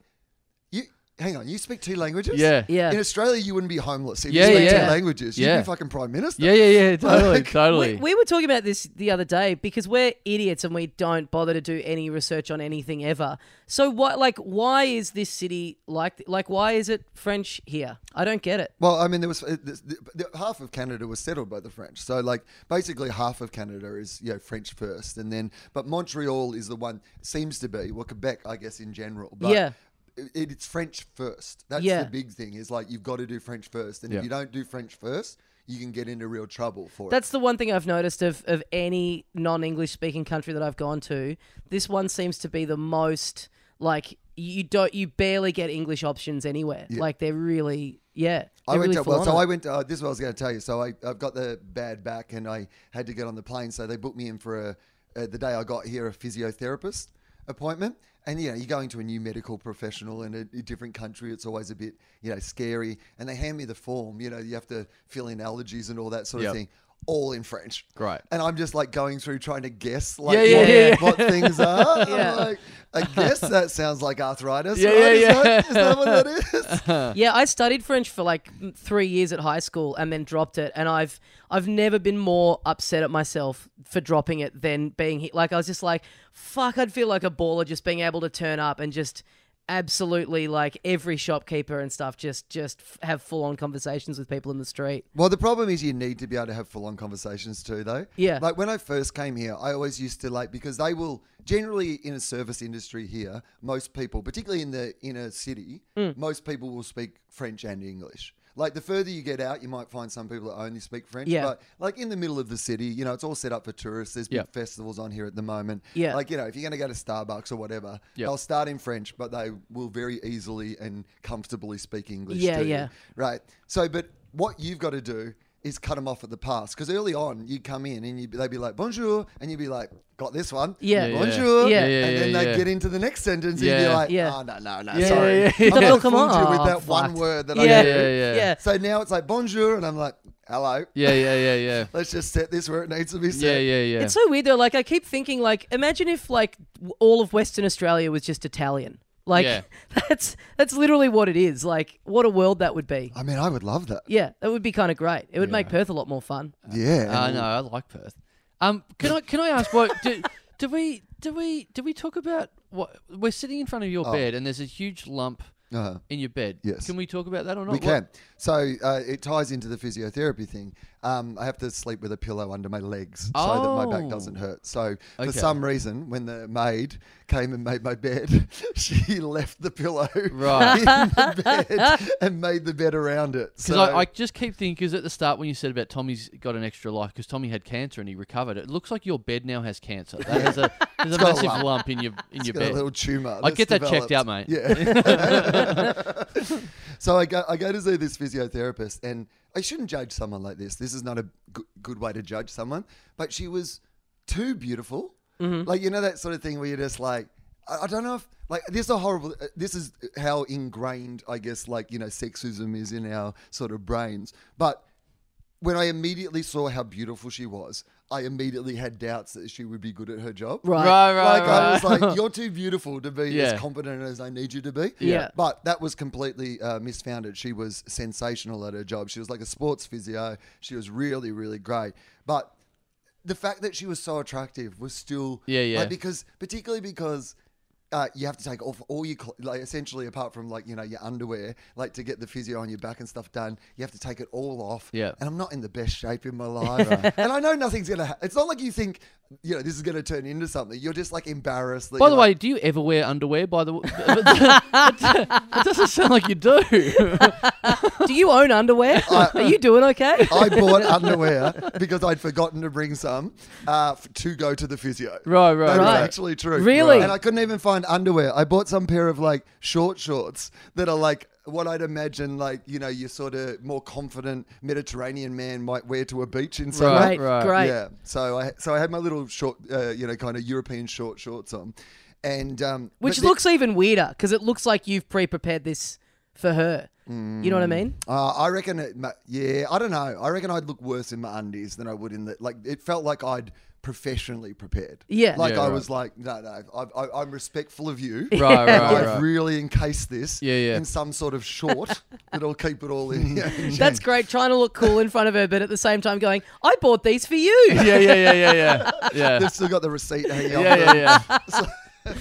you hang on you speak two languages Yeah. Yeah. in australia you wouldn't be homeless if Yeah, you speak yeah. two languages you'd Yeah. be fucking prime minister yeah, yeah, yeah. Totally, Like, totally. we, we were talking about this the other day because we're idiots and we don't bother to do any research on anything ever. So what, like, why is this city like, like, why is it French here? I don't get it. Well, I mean, there was uh, this- the, the, half of Canada was settled by the French, so like basically half of Canada is you know French first, and then but Montreal is the one seems to be well Quebec, I guess in general, but Yeah. it, it's French first. That's Yeah. the big thing is like you've got to do French first, and Yeah. if you don't do French first, you can get into real trouble for That's the one thing I've noticed of, of any non English speaking country that I've gone to. This one seems to be the most like you don't you barely get English options anywhere. Like they're really yeah. it. I they're went really to, full well, so on I it. went. To, uh, this is what I was going to tell you. So I, I've got the bad back, and I had to get on the plane. So they booked me in for a uh, the day I got here a physiotherapist appointment. And you know, you're going to a new medical professional in a, a different country. It's always a bit you know scary. And they hand me the form. You know, you have to fill in allergies and all that sort Yep. of thing. All in French, Great. And I'm just like going through trying to guess, like Yeah, yeah, what, yeah, yeah. what things are. Yeah. I'm like, I guess that sounds like arthritis. Yeah, right? yeah, is, yeah. That, is that what that is? yeah, I studied French for like m- three years at high school and then dropped it. And I've I've never been more upset at myself for dropping it than being hit. Like I was just like, fuck, I'd feel like a baller just being able to turn up and just absolutely like every shopkeeper and stuff just just f- have full on conversations with people in the street. Well, the problem is you need to be able to have full on conversations too, though. Yeah. Like when I first came here, I always used to like because they will generally in a service industry here, most people, particularly in the inner city, Mm. most people will speak French and English. Like the further you get out, you might find some people that only speak French. Yeah. But like in the middle of the city, you know, it's all set up for tourists. There's big Yeah. festivals on here at the moment. Yeah. Like, you know, if you're going to go to Starbucks or whatever, Yeah. they'll start in French, but they will very easily and comfortably speak English. Yeah, to you. yeah. Right. So, but what you've got to do is cut them off at the pass because early on you come in and you, they'd be like bonjour and you'd be like got this one Yeah. Yeah, yeah. bonjour Yeah. Yeah, and yeah, then they yeah. would get into the next sentence and you'd Yeah. be like Yeah. oh no no no Yeah, sorry yeah, yeah. I'm gonna Oh, come fool you on. with that one Fucked. word that Yeah. I knew. Yeah, yeah. Yeah. so now it's like bonjour and I'm like hello yeah, yeah, yeah, yeah. let's just set this where it needs to be set Yeah, yeah, yeah. It's so weird though. Like I keep thinking, like imagine if like w- all of Western Australia was just Italian. Like Yeah. that's that's literally what it is. Like what a world that would be. I mean I would love that Yeah, that would be kind of great. It would make Perth a lot more fun. yeah Uh, and- no, I like Perth. Um, can I can I ask what do, do we do we do we talk about what we're sitting in front of your bed and there's a huge lump Uh-huh. in your bed. Yes. Can we talk about that or not? We What- can. So uh, it ties into the physiotherapy thing. Um, I have to sleep with a pillow under my legs so that my back Oh. doesn't hurt. So Okay. for some reason, when the maid came and made my bed, she left the pillow Right. in the bed and made the bed around it. Because So I, I just keep thinking, because at the start when you said about Tommy's got an extra life, because Tommy had cancer and he recovered, it looks like your bed now has cancer. That has a, there's a got a massive lump. lump in your in your It's got a little bed. tumor. I'd get that's that checked out, mate. developed. Yeah. so I go, I go to see this physiotherapist, and I shouldn't judge someone like this. This is not a good, good way to judge someone, but she was too beautiful. Mm-hmm. Like, you know, that sort of thing where you're just like, I, I don't know if, like, this is a horrible, uh, this is how ingrained, I guess, like, you know, sexism is in our sort of brains. But when I immediately saw how beautiful she was, I immediately had doubts that she would be good at her job. Right. Right, right, Like I right. was like, you're too beautiful to be Yeah. as competent as I need you to be. Yeah. But that was completely uh, misfounded. She was sensational at her job. She was like a sports physio. She was really, really great. But the fact that she was so attractive was still Yeah, yeah. Like, because particularly because. Uh, you have to take off all your cl- like essentially apart from like you know your underwear like to get the physio on your back and stuff done you have to take it all off Yeah. and i'm not in the best shape in my life and i know nothing's gonna ha- it's not like you think you know this is gonna turn into something you're just like embarrassed that By the you're way, like- do you ever wear underwear? By the way, it doesn't sound like you do. Do you own underwear? Are you doing okay? I bought underwear because I'd forgotten to bring some uh, f- to go to the physio. Right, right, That right. was actually true. Really? And I couldn't even find underwear. I bought some pair of like short shorts that are like what I'd imagine, like you know, your sort of more confident Mediterranean man might wear to a beach in summer. Right, Great, right. great. Yeah. So I so I had my little short, uh, you know, kind of European short shorts on, and um, Which but the- looks even weirder because it looks like you've pre-prepared this for her. You know what I mean? Mm. Uh, I reckon it. ma- Yeah, I don't know. I reckon I'd look worse in my undies than I would in the like. It felt like I'd professionally prepared. Yeah. like Yeah, I right. was like, no, no, I, I, I'm respectful of you. Right, And right, I've right. really encased this. Yeah, yeah. In some sort of short that'll keep it all in. Yeah, in That's check. great. Trying to look cool in front of her, but at the same time going, I bought these for you. yeah, yeah, yeah, yeah, yeah, yeah, They've still got the receipt hanging yeah, on. yeah, yeah.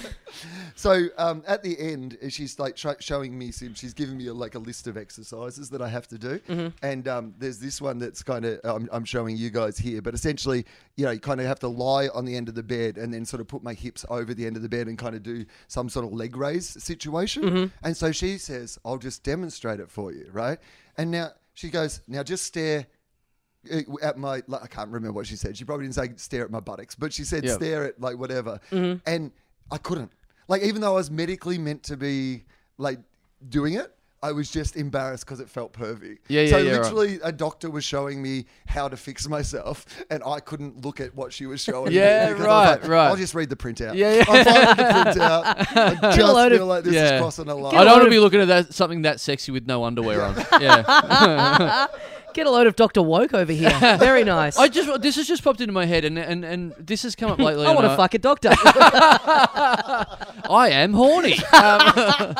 So um, at the end, she's like tra- showing me some. She's giving me like a list of exercises that I have to do, and um, there's this one that's kind of I'm, I'm showing you guys here. But essentially, you know, you kind of have to lie on the end of the bed and then sort of put my hips over the end of the bed and kind of do some sort of leg raise situation. And so she says, "I'll just demonstrate it for you, right?" And now she goes, "Now just stare." uh, At my, like, I can't remember what she said. She probably didn't say stare at my buttocks, but she said Yeah. stare stare at like whatever. And I couldn't. Like even though I was medically meant to be like doing it, I was just embarrassed because it felt pervy. Yeah, yeah, So yeah, right. literally, a doctor was showing me how to fix myself, and I couldn't look at what she was showing. Yeah, me because I was right, right. I'll just read the printout. Yeah, yeah. I'll find the printout. I just load of- feel like this Yeah. is crossing a line. I don't want to of- be looking at that something that sexy with no underwear on. Yeah. Get a load of Dr. Woke over here. Very nice. I just this has just popped into my head, and and, and this has come up lately. I and want to fuck a doctor. I am horny. Um,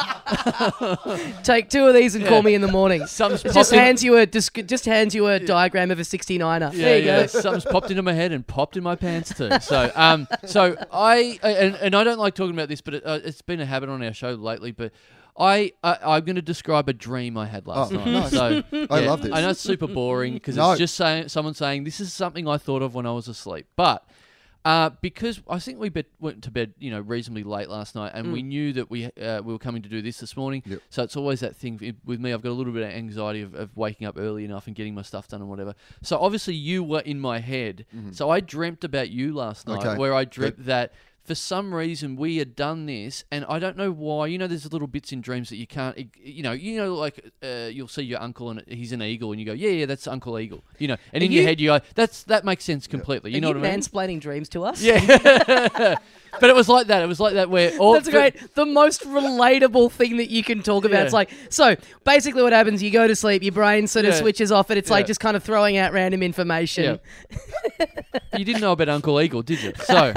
Take two of these and call me in the morning. something's It popped just in- hands you a disc- just hands you a diagram of a 69er. Yeah, there you yeah, go. Something's popped into my head and popped in my pants too. So, um, so I and, and I don't like talking about this, but it, uh, it's been a habit on our show lately. But I, I I'm going to describe a dream I had last Oh, night. nice. So I yeah, love this. I know it's super boring because No. it's just saying someone saying this is something I thought of when I was asleep, but. Uh, because I think we bet, went to bed, you know, reasonably late last night, and we knew that we uh, we were coming to do this this morning. Yep. So it's always that thing i- with me. I've got a little bit of anxiety of, of waking up early enough and getting my stuff done and whatever. So obviously you were in my head. So I dreamt about you last night, Mm-hmm. Okay. where I dreamt that for some reason we had done this, and I don't know why. You know, there's little bits in dreams that you can't, ig- you know, you know, like uh, you'll see your uncle and he's an eagle, and you go, yeah, yeah, that's Uncle Eagle. You know, and in your you- head you go, that's that makes sense completely. You Are know what I mean? mansplaining dreams to us? Yeah. but it was like that. It was like that where all That's Oh, but- great. The most relatable thing that you can talk about. Yeah. It's like, so basically, what happens, you go to sleep, your brain sort of Yeah. switches off, and it's Yeah. like just kind of throwing out random information. Yeah. you didn't know about Uncle Eagle, did you? So,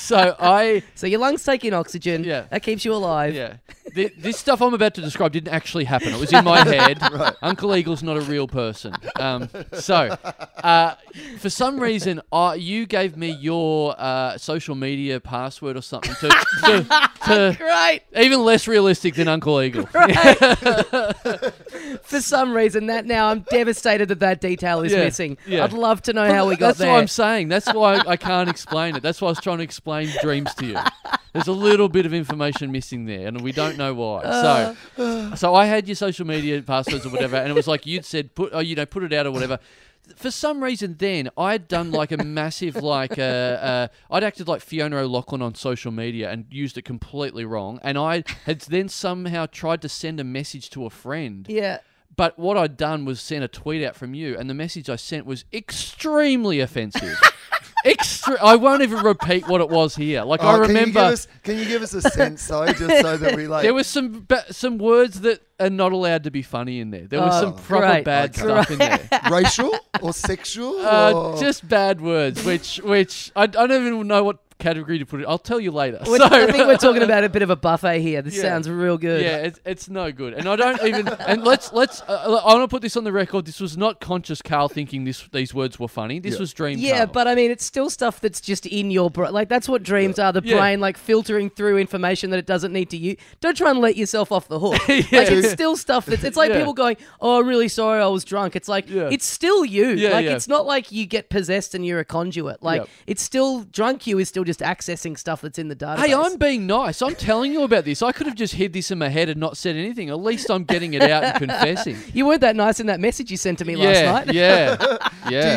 so I So your lungs take in oxygen. Yeah. That keeps you alive. yeah. Th- this stuff I'm about to describe didn't actually happen. It was in my head. Uncle Eagle's not a real person. Um, so, uh, for some reason, I, you gave me your uh, social media password or something to, to, to Great. even less realistic than Uncle Eagle. For some reason, that now I'm devastated that that detail is Yeah, missing. yeah. I'd love to know how we got That's there. what I'm saying. That's why I can't explain it. That's why I was trying to explain dreams to you. There's a little bit of information missing there, and we don't know why. so, so I had your social media passwords or whatever, and it was like you'd said, put, oh, you know, put it out or whatever. For some reason, then I'd done like a massive, like uh, uh, I'd acted like Fiona O'Loughlin on social media and used it completely wrong, and I had then somehow tried to send a message to a friend. yeah. But what I'd done was sent a tweet out from you, and the message I sent was extremely offensive. Extre- I won't even repeat what it was here. Like I Oh, can You give remember us, can you give us a sense, though, just so that we like. there was some ba- some words that are not allowed to be funny in there. There was some Oh, proper great. bad Okay. stuff in there. racial or sexual? Uh, or... just bad words, which which I, I don't even know what category to put it. I'll tell you later. We're- So- I think we're talking about a bit of a buffet here. This Yeah. sounds real good. Yeah, it's, it's no good, and I don't even. And let's let's. Uh, I want to put this on the record. This was not conscious Carl thinking this these words were funny. This Yeah. was dream. Yeah, Carl. but I mean, it's still stuff that's just in your brain. Like that's what dreams are—the Yeah. brain like filtering through information that it doesn't need to use. Don't try and let yourself off the hook. Like it's still stuff that's. It's like Yeah. people going, "Oh, I'm really sorry, I was drunk." It's like Yeah. it's still you. Yeah, like yeah. it's not like you get possessed and you're a conduit. Like Yep. it's still drunk. You is still just accessing stuff that's in the database. Hey, I'm being nice. I'm telling you about this. I could have just hid this in my head and not said anything. At least I'm getting it out and confessing. You weren't that nice in that message you sent to me yeah, last night. yeah, yeah.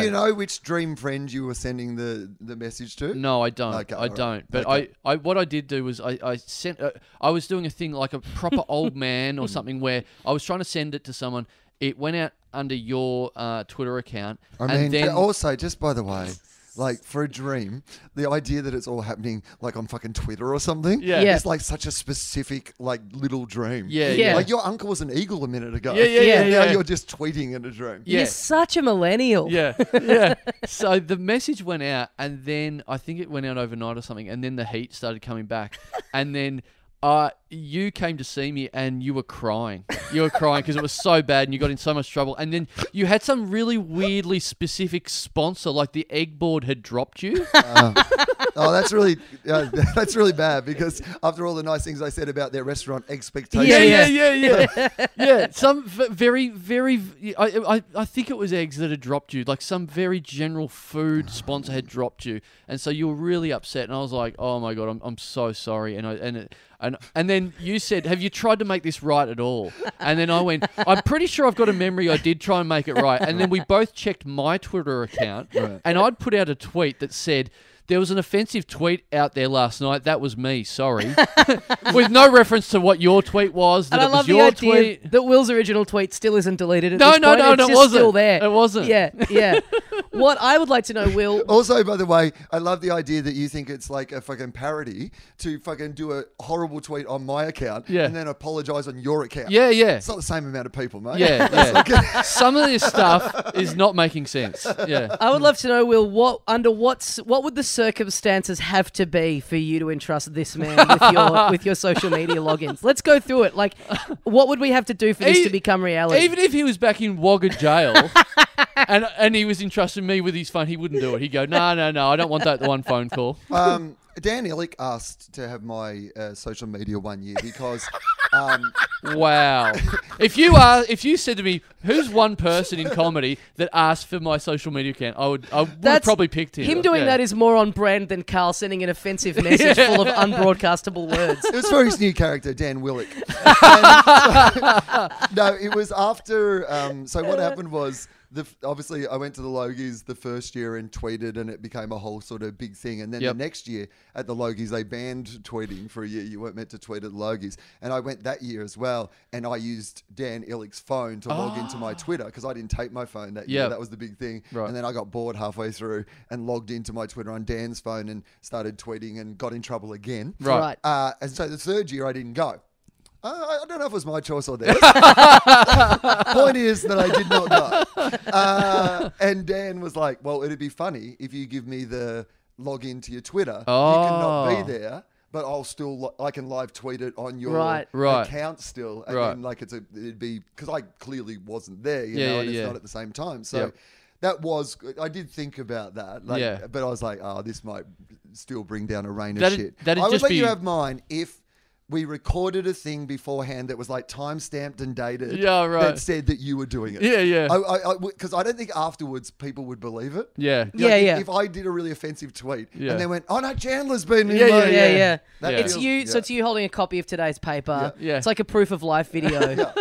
Do you know which dream friend you were sending the, the message to? No, I don't. Okay, I alright. don't. But Okay. I, I, what I did do was I, I sent. Uh, I was doing a thing like a proper old man or something where I was trying to send it to someone. It went out under your uh, Twitter account, I and mean, then also, just by the way, like for a dream, the idea that it's all happening like on fucking Twitter or something, Yeah. Yeah. it's like such a specific like little dream. Yeah, Yeah. yeah. Like your uncle was an eagle a minute ago. Yeah, yeah, yeah, And now yeah. you're just tweeting in a dream. Yeah. You're such a millennial. Yeah, yeah. so the message went out, and then I think it went out overnight or something, and then the heat started coming back, and then uh, you came to see me, and you were crying. You were crying because it was so bad, and you got in so much trouble. And then you had some really weirdly specific sponsor, like the egg board had dropped you. Oh, that's really uh, that's really bad because after all the nice things I said about their restaurant expectations, Yeah, yeah. yeah, yeah, yeah. yeah. Some v- very, very. I, I, I think it was eggs that had dropped you. Like some very general food sponsor had dropped you, and so you were really upset. And I was like, "Oh my god, I'm, I'm so sorry." And I and it, and and then you said, "Have you tried to make this right at all?" And then I went, "I'm pretty sure I've got a memory. I did try and make it right." And then we both checked my Twitter account, and I'd put out a tweet that said. There was an offensive tweet out there last night. That was me. Sorry, with no reference to what your tweet was. That And I it was love the your idea tweet. that Will's original tweet still isn't deleted. At No, this no, point. no, it's no, it just Still wasn't. there. It wasn't. Yeah, yeah. what I would like to know, Will. Also, by the way, I love the idea that you think it's like a fucking parody to fucking do a horrible tweet on my account Yeah. and then apologize on your account. Yeah, yeah. It's not the same amount of people, mate. yeah, yeah. Some of this stuff is not making sense. Yeah. I would love to know, Will. What under what s- what would the circumstances have to be for you to entrust this man with your with your social media logins? Let's go through it. Like, what would we have to do for this E- to become reality? Even if he was back in Wagga jail and and he was entrusting me with his phone, he wouldn't do it. He'd go, No, no, no, I don't want that one phone call. Um, Dan Illick asked to have my uh, social media one year because um, Wow. If you are if you said to me, Who's one person in comedy that asked for my social media account, I would I would have probably picked him. Him doing Yeah. that is more on brand than Carl sending an offensive message full of unbroadcastable words. it was for his new character, Dan Willick. And so- no, it was after. Um, so what happened was. The, f- obviously, I went to the Logies the first year and tweeted, and it became a whole sort of big thing. And then Yep. the next year at the Logies, they banned tweeting for a year. You weren't meant to tweet at the Logies. And I went that year as well, and I used Dan Illick's phone to log into my Twitter because I didn't take my phone that year. Yep. That was the big thing. Right. And then I got bored halfway through and logged into my Twitter on Dan's phone and started tweeting and got in trouble again. Right. Right. Uh, and so the third year I didn't go. I, I don't know if it was my choice or theirs. Point is that I did not go. Uh, and Dan was like, well, it'd be funny if you give me the log into your Twitter. You Oh. cannot be there, but I'll still li- I can live tweet it on your Right. Right. account still. And Right. then, like it's a it'd be because I clearly wasn't there, you Yeah, know, yeah, and it's yeah. not at the same time. So Yep. that was I did think about that. Like, Yeah. but I was like, oh, this might still bring down a rain That'd- of shit. that'd I would just let be- you have mine if we recorded a thing beforehand that was like time stamped and dated. Yeah, right. That said that you were doing it. Yeah, yeah. Because I, I, w- 'cause I don't think afterwards people would believe it. Yeah. You know, Yeah, if- yeah. If I did a really offensive tweet Yeah. and they went, "Oh no, Chandler's been in Yeah, my- yeah, yeah. That Yeah. It's feels- you. yeah. So it's you holding a copy of today's paper. Yeah. Yeah. It's like a proof of life video.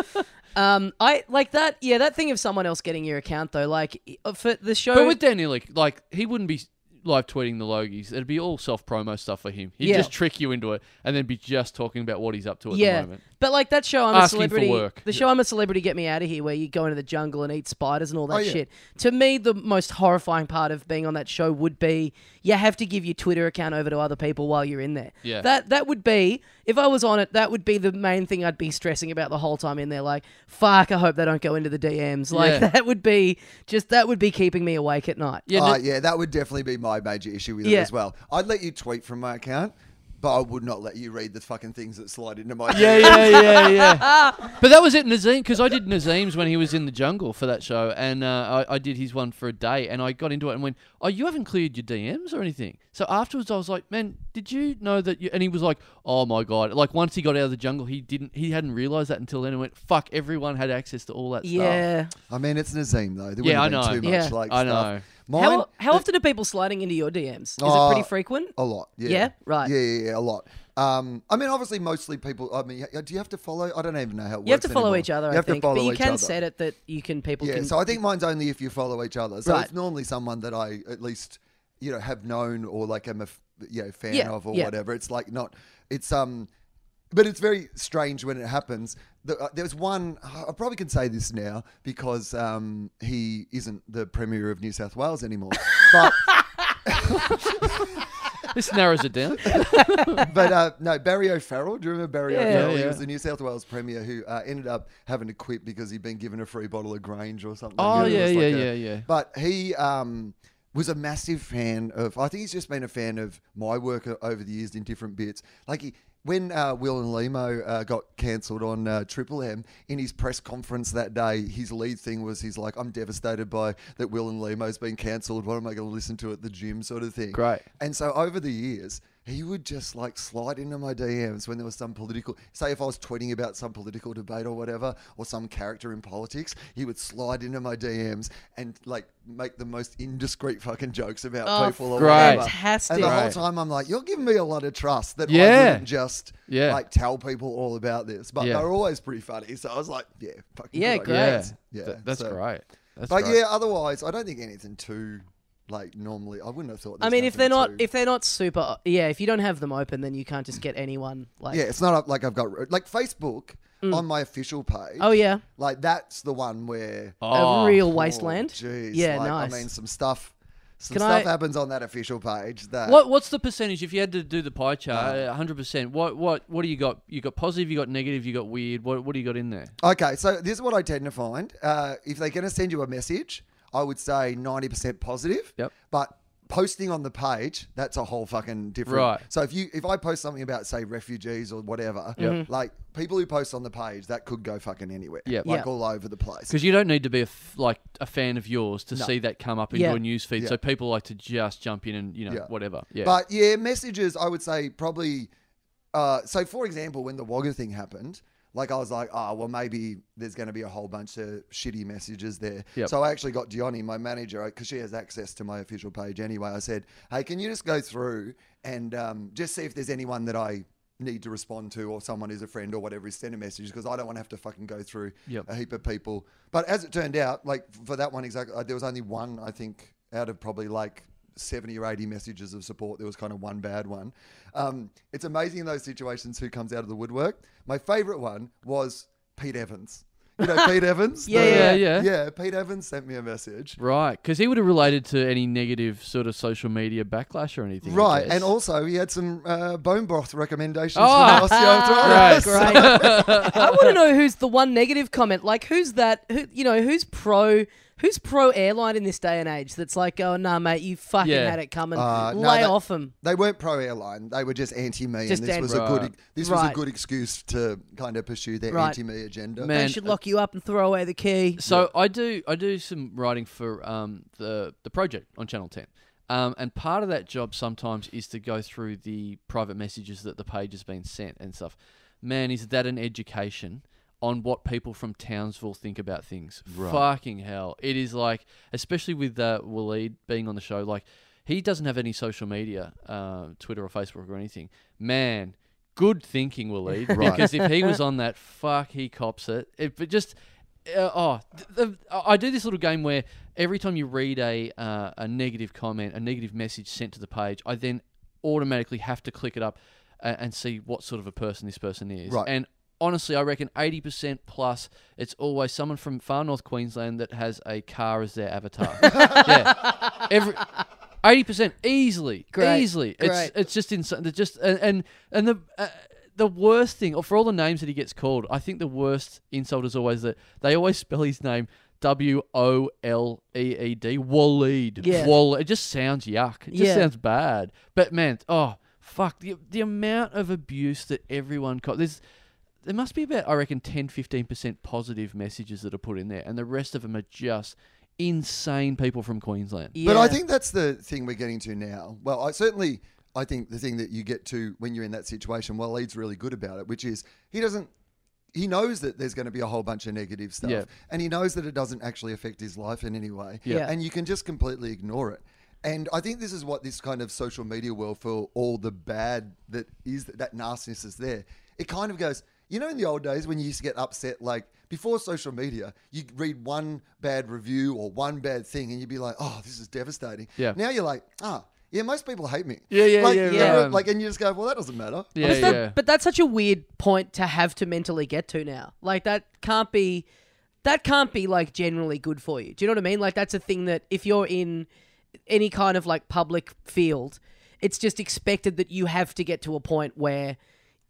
Um, I like that. Yeah, that thing of someone else getting your account though. Like uh, for the show. But with Dan Illich, like he wouldn't be live tweeting the Logies. It'd be all self promo stuff for him. He'd Yeah. just trick you into it and then be just talking about what he's up to at yeah, the moment. but like that show, I'm a Asking for celebrity. work. The show, I'm a celebrity. Get me out of here, where you go into the jungle and eat spiders and all that Oh, yeah. shit. To me, the most horrifying part of being on that show would be you have to give your Twitter account over to other people while you're in there. Yeah. that that would be if I was on it. That would be the main thing I'd be stressing about the whole time in there. Like, fuck, I hope they don't go into the DMs. Like Yeah. that would be just that would be keeping me awake at night. Yeah, Oh, no- yeah, that would definitely be my major issue with Yeah. it as well. I'd let you tweet from my account, but I would not let you read the fucking things that slide into my. Yeah, yeah, yeah, yeah. but that was it, Nazim, because I did Nazim's when he was in the jungle for that show, and uh, I, I did his one for a day, and I got into it and went, "Oh, you haven't cleared your DMs or anything." So afterwards, I was like, "Man, did you know that?" you And he was like, "Oh my god!" Like once he got out of the jungle, he didn't, he hadn't realized that until then, and went, "Fuck!" Everyone had access to all that stuff. Yeah. I mean, it's Nazim though. There Yeah, wouldn't I have Been know. too Yeah. much like I stuff. know. Mine, how how often are people sliding into your DMs? Is it Uh, pretty frequent? A lot. Yeah. Yeah? Right. Yeah, yeah, yeah, a lot. Um, I mean, obviously, mostly people. I mean, do you have to follow? I don't even know how. It You have works to follow anymore. each other, You I have think. to follow but you each can other. set it that you can people Yeah, can. so I think mine's only if you follow each other. So Right. it's normally someone that I at least you know have known or like I'm a f- you know fan Yeah, of or yeah. whatever. It's like not it's um, but it's very strange when it happens. The, uh, there's one I probably can say this now because um, he isn't the premier of New South Wales anymore, but. This narrows it down. but uh, no, Barry O'Farrell. Do you remember Barry Yeah. O'Farrell? Yeah, He yeah. was the New South Wales Premier who uh, ended up having to quit because he'd been given a free bottle of Grange or something. Oh, It yeah, was yeah, a- yeah, yeah. But he um, was a massive fan of. I think he's just been a fan of my work o- over the years in different bits. Like he. When uh, Will and Limo uh, got cancelled on uh, Triple M, in his press conference that day, his lead thing was he's like, "I'm devastated by that Will and Limo's been cancelled. What am I going to listen to at the gym?" sort of thing. Great. And so over the years, he would just like slide into my DMs when there was some political, say if I was tweeting about some political debate or whatever, or some character in politics, he would slide into my DMs and like make the most indiscreet fucking jokes about Oh, people. Or Great. whatever. fantastic. And the Right. whole time I'm like, you're giving me a lot of trust that I Yeah. wouldn't just Yeah. like tell people all about this. But Yeah. they're always pretty funny. So I was like, yeah, fucking Yeah, good great. idea. Yeah, Yeah, Th- that's so- great. That's But great. yeah, otherwise, I don't think anything too like normally. I wouldn't have thought. I there's mean, if nothing they're not too- if they're not super, yeah. If you don't have them open, then you can't just get anyone. Like, Yeah, it's not up like I've got like Facebook on my official page. Mm. oh yeah, like that's the one where Oh, a real Oh, wasteland. Jeez, yeah, like, nice. I mean, some stuff, some Can stuff I- happens on that official page. That What what's the percentage if you had to do the pie chart? uh, Hundred percent. What what what do you got? You got positive. You got negative. You got weird. What what do you got in there? Okay, so this is what I tend to find. Uh, if they're going to send you a message, I would say ninety percent positive. Yep. But posting on the page, that's a whole fucking different. Right. So if you if I post something about say refugees or whatever, Mm-hmm. like people who post on the page, that could go fucking anywhere. Yep. Like Yep. all over the place. Because you don't need to be a f- like a fan of yours to see that come up in Yeah. your newsfeed. Yeah. So people like to just jump in and you know Yeah. whatever. Yeah. But yeah, messages, I would say probably. Uh, so, for example, when the Wagga thing happened, like I was like, oh, well, maybe there's going to be a whole bunch of shitty messages there. Yep. So I actually got Gianni, my manager, because she has access to my official page anyway. I said, hey, can you just go through and um, just see if there's anyone that I need to respond to or someone who's a friend or whatever is sending messages because I don't want to have to fucking go through Yep. a heap of people. But as it turned out, like for that one exactly, uh, there was only one I think out of probably like seventy or eighty messages of support. There was kind of one bad one. Um, it's amazing in those situations who comes out of the woodwork. My favourite one was Pete Evans. You know Pete Evans? Yeah, yeah, yeah. yeah. Pete Evans sent me a message. right. Because he would have related to any negative sort of social media backlash or anything. I Right, guess. and also he had some uh, bone broth recommendations Oh, for osteoarthritis. Right. Great. I want to know who's the one negative comment. Like, who's that? Who you know? Who's pro Who's pro airline in this day and age? That's like, oh nah, mate, you fucking Yeah. had it coming. Uh, no, Lay that- off him. They weren't pro airline. They were just anti me, and Just this an- was a Right. good e, this was Right. a good excuse to kind of pursue their Right. anti me agenda. Man, uh, They should lock you up and throw away the key. So I do I do some writing for um, the the project on Channel Ten, um, and part of that job sometimes is to go through the private messages that the page has been sent and stuff. Man, is that an education on what people from Townsville think about things? Fucking hell! It is like, especially with uh, Waleed being on the show, like he doesn't have any social media, uh, Twitter or Facebook or anything. Man. Good thinking, Waleed, Right. because if he was on that, fuck, he cops it. it but just uh, oh, th- the, I do this little game where every time you read a uh, a negative comment, a negative message sent to the page, I then automatically have to click it up and, and see what sort of a person this person is. Right. And honestly, I reckon eighty percent plus, it's always someone from far north Queensland that has a car as their avatar. yeah, every. Eighty percent easily, Great. easily. Great. It's it's just insane. They're Just and and, and the uh, the worst thing or for all the names that he gets called, I think the worst insult is always that they always spell his name W O L E E D Waleed. Yeah. Wal- it just sounds yuck. It just Yeah. sounds bad. But man, oh fuck the the amount of abuse that everyone got. There's there must be about I reckon 10 15% positive messages that are put in there and the rest of them are just insane people from Queensland. But I Yeah. think that's the thing we're getting to now. Well, I certainly I think the thing that you get to when you're in that situation, well, Leed's really good about it, which is he doesn't he knows that there's going to be a whole bunch of negative stuff Yeah. and he knows that it doesn't actually affect his life in any way. Yeah. And you can just completely ignore it. And I think this is what this kind of social media world for all the bad that is that nastiness is there. It kind of goes, you know, in the old days when you used to get upset, like before social media, you read one bad review or one bad thing and you'd be like, oh, this is devastating. Yeah. Now you're like, ah, yeah, most people hate me. Yeah, yeah, like, yeah, you know, right. Like, and you just go, well, that doesn't matter. Yeah, But, that- yeah. but that's such a weird point to have to mentally get to now. Like that can't be that can't be like generally good for you. Do you know what I mean? Like that's a thing that if you're in any kind of like public field, it's just expected that you have to get to a point where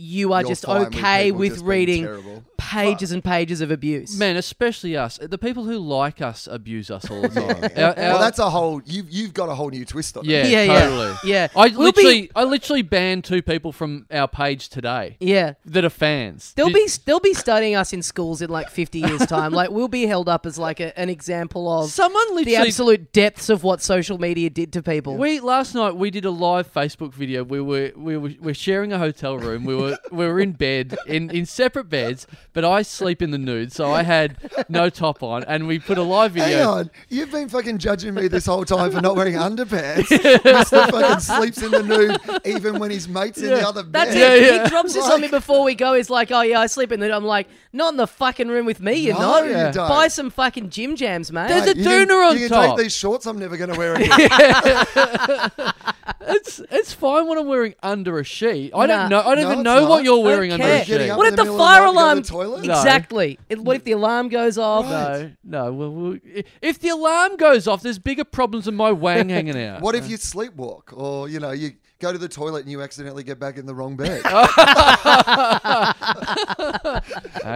you are You're just fine with okay people with, just being reading terrible. pages and pages of abuse. Man, especially us. The people who like us abuse us all the time. Our- well, our- that's a whole, you've, you've got a whole new twist on yeah, it. Yeah, yeah. totally. Yeah. I We'll be- literally, I literally banned two people from our page today Yeah. that are fans. They'll Did- be they'll be studying us in schools in like fifty years time. like we'll be held up as like a, an example of someone the literally. absolute depths of what social media did to people. we last night we did a live Facebook video. We were we were we're sharing a hotel room. We were we were in bed in in separate beds, but I sleep in the nude, so I had no top on, and we put a live video. Hang on, you've been fucking judging me this whole time for not wearing underpants. Mr. fucking sleeps in the nude even when his mates in the other bed. That's Yeah, it. yeah. He drops this on me before we go. He's like, "Oh yeah, I sleep in the." I'm like, "Not in the fucking room with me, you're No, not. you Yeah. don't. Buy some fucking gym jams, mate." There's a uh, You can- dooner on You can top. take these shorts. I'm never going to wear again. It's it's fine when I'm wearing under a sheet. Nah. I don't know. I don't No, even it's know not. what you're I don't wearing under care. a sheet. Getting up What in if the the middle of the fire night to go to alarm? the toilet? No. Exactly. It- what if the alarm goes off? No, no. Well, well, i- if the alarm goes off, there's bigger problems than my wang hanging out. what if you sleepwalk, or you know, you go to the toilet and you accidentally get back in the wrong bed?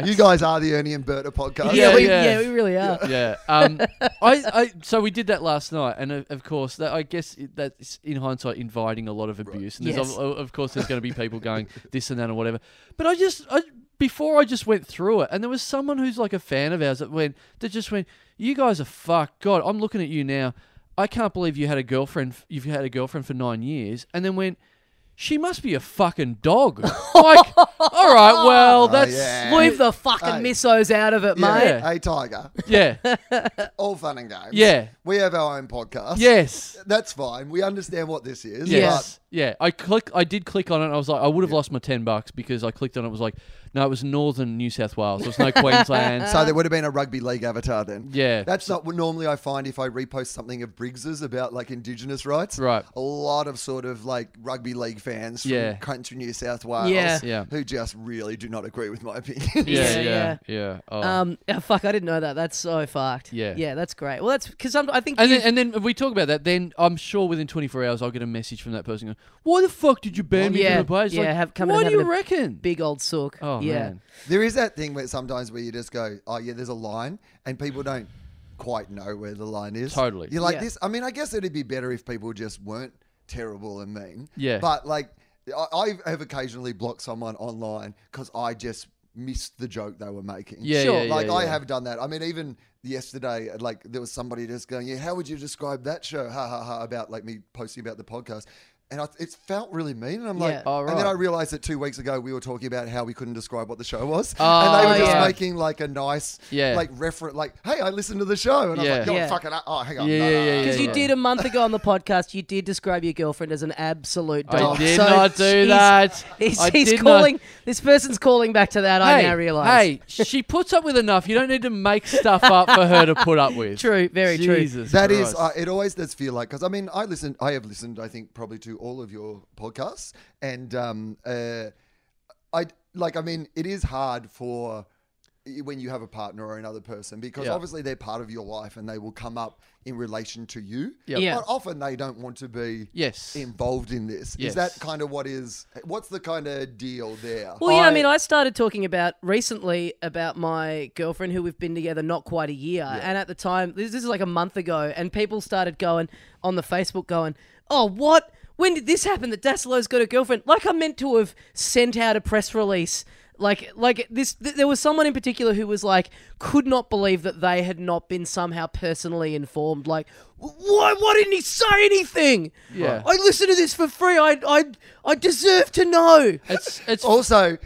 you guys are the Ernie and Berta podcast. Yeah, Yeah, we, yeah. yeah, we really are. yeah. Um, I, I so we did that last night, and uh, of, of course, that, I guess it- that's in hindsight inviting a lot of abuse. And there's Yes. of, of course, there's going to be people going this and that or whatever. But I just I, before I just went through it, and there was someone who's like a fan of ours that went that just went, "You guys are fucked." God, I'm looking at you now. I can't believe you had a girlfriend. f- You've had a girlfriend for nine years, and then went. She must be a fucking dog. like, all right, well, that's yeah. Leave the Hey. fucking missos out of it, Yeah. mate. Hey, Tiger. yeah, All fun and games. Yeah. We have our own podcast. yes. That's fine. We understand what this is. Yes. Yeah. I click. I did click on it. And I was like, I would have lost my ten bucks because I clicked on it. it. Was like, no, it was Northern New South Wales. There was no Queensland. So there would have been a rugby league avatar then. Uh, Yeah. That's not what normally I find if I repost something of Briggs's about like Indigenous rights. Right. A lot of sort of like rugby league fans from Yeah. country New South Wales Yeah. Yeah. who just really do not agree with my opinion. Yeah, yeah. Yeah. yeah. Yeah. Oh. Um, oh, fuck, I didn't know that. That's so fucked. Yeah. yeah, that's great. Well, that's because I think and you- then, and then if we talk about that, then I'm sure within 24 hours I'll get a message from that person going, "Why the fuck did you ban me Yeah, from the page?" It's yeah, like, have- come in Why and do you having a reckon? big old sook. oh yeah. man. There is that thing where sometimes where you just go, oh yeah, there's a line, and people don't quite know where the line is. Totally. You're like Yeah. this. I mean, I guess it'd be better if people just weren't terrible and mean. Yeah. But like, I, I have occasionally blocked someone online because I just missed the joke they were making. Yeah, Sure. yeah, yeah, like I yeah. have done that. I mean, even yesterday, like there was somebody just going, "Yeah, how would you describe that show?" Ha ha ha! About like me posting about the podcast. And I, it felt really mean, and I'm like, Yeah. Oh, and then right. I realized that two weeks ago we were talking about how we couldn't describe what the show was, Oh, and they were just yeah. making like a nice, Yeah. like reference, like, "Hey, I listened to the show," and I Yeah. was like, "You're Yeah. fucking oh, hang on, Yeah, no, yeah, no, no, yeah, no." Because you yeah. did a month ago on the podcast, you did describe your girlfriend as an absolute Oh, I dog. did Oh, So not do he's- that. He's, I he's did not- calling. This person's calling back to that. I now realize. Hey, she puts up with enough. You don't need to make stuff up for her to put up with. True, very true. Jesus That is, Christ. uh, it always does feel like because I mean, I listen, I have listened, I think probably to all of your podcasts, and um, uh, I like, I mean, it is hard for when you have a partner or another person because Yeah. obviously they're part of your life and they will come up in relation to you. Yep. Yeah. But often they don't want to be yes. involved in this. Is Yes. that kind of what is? What's the kind of deal there? Well, yeah, I, I- mean, I started talking about recently about my girlfriend who we've been together not quite a year. And at the time, this, this is like a month ago, and people started going on the Facebook going, oh, what? When did this happen that Dasilo's got a girlfriend? Like, I meant to have sent out a press release. Like, like this, th- there was someone in particular who was like, could not believe that they had not been somehow personally informed. Like, why, why didn't he say anything? Yeah. I listened to this for free. I, I, I deserve to know. It's it's Also,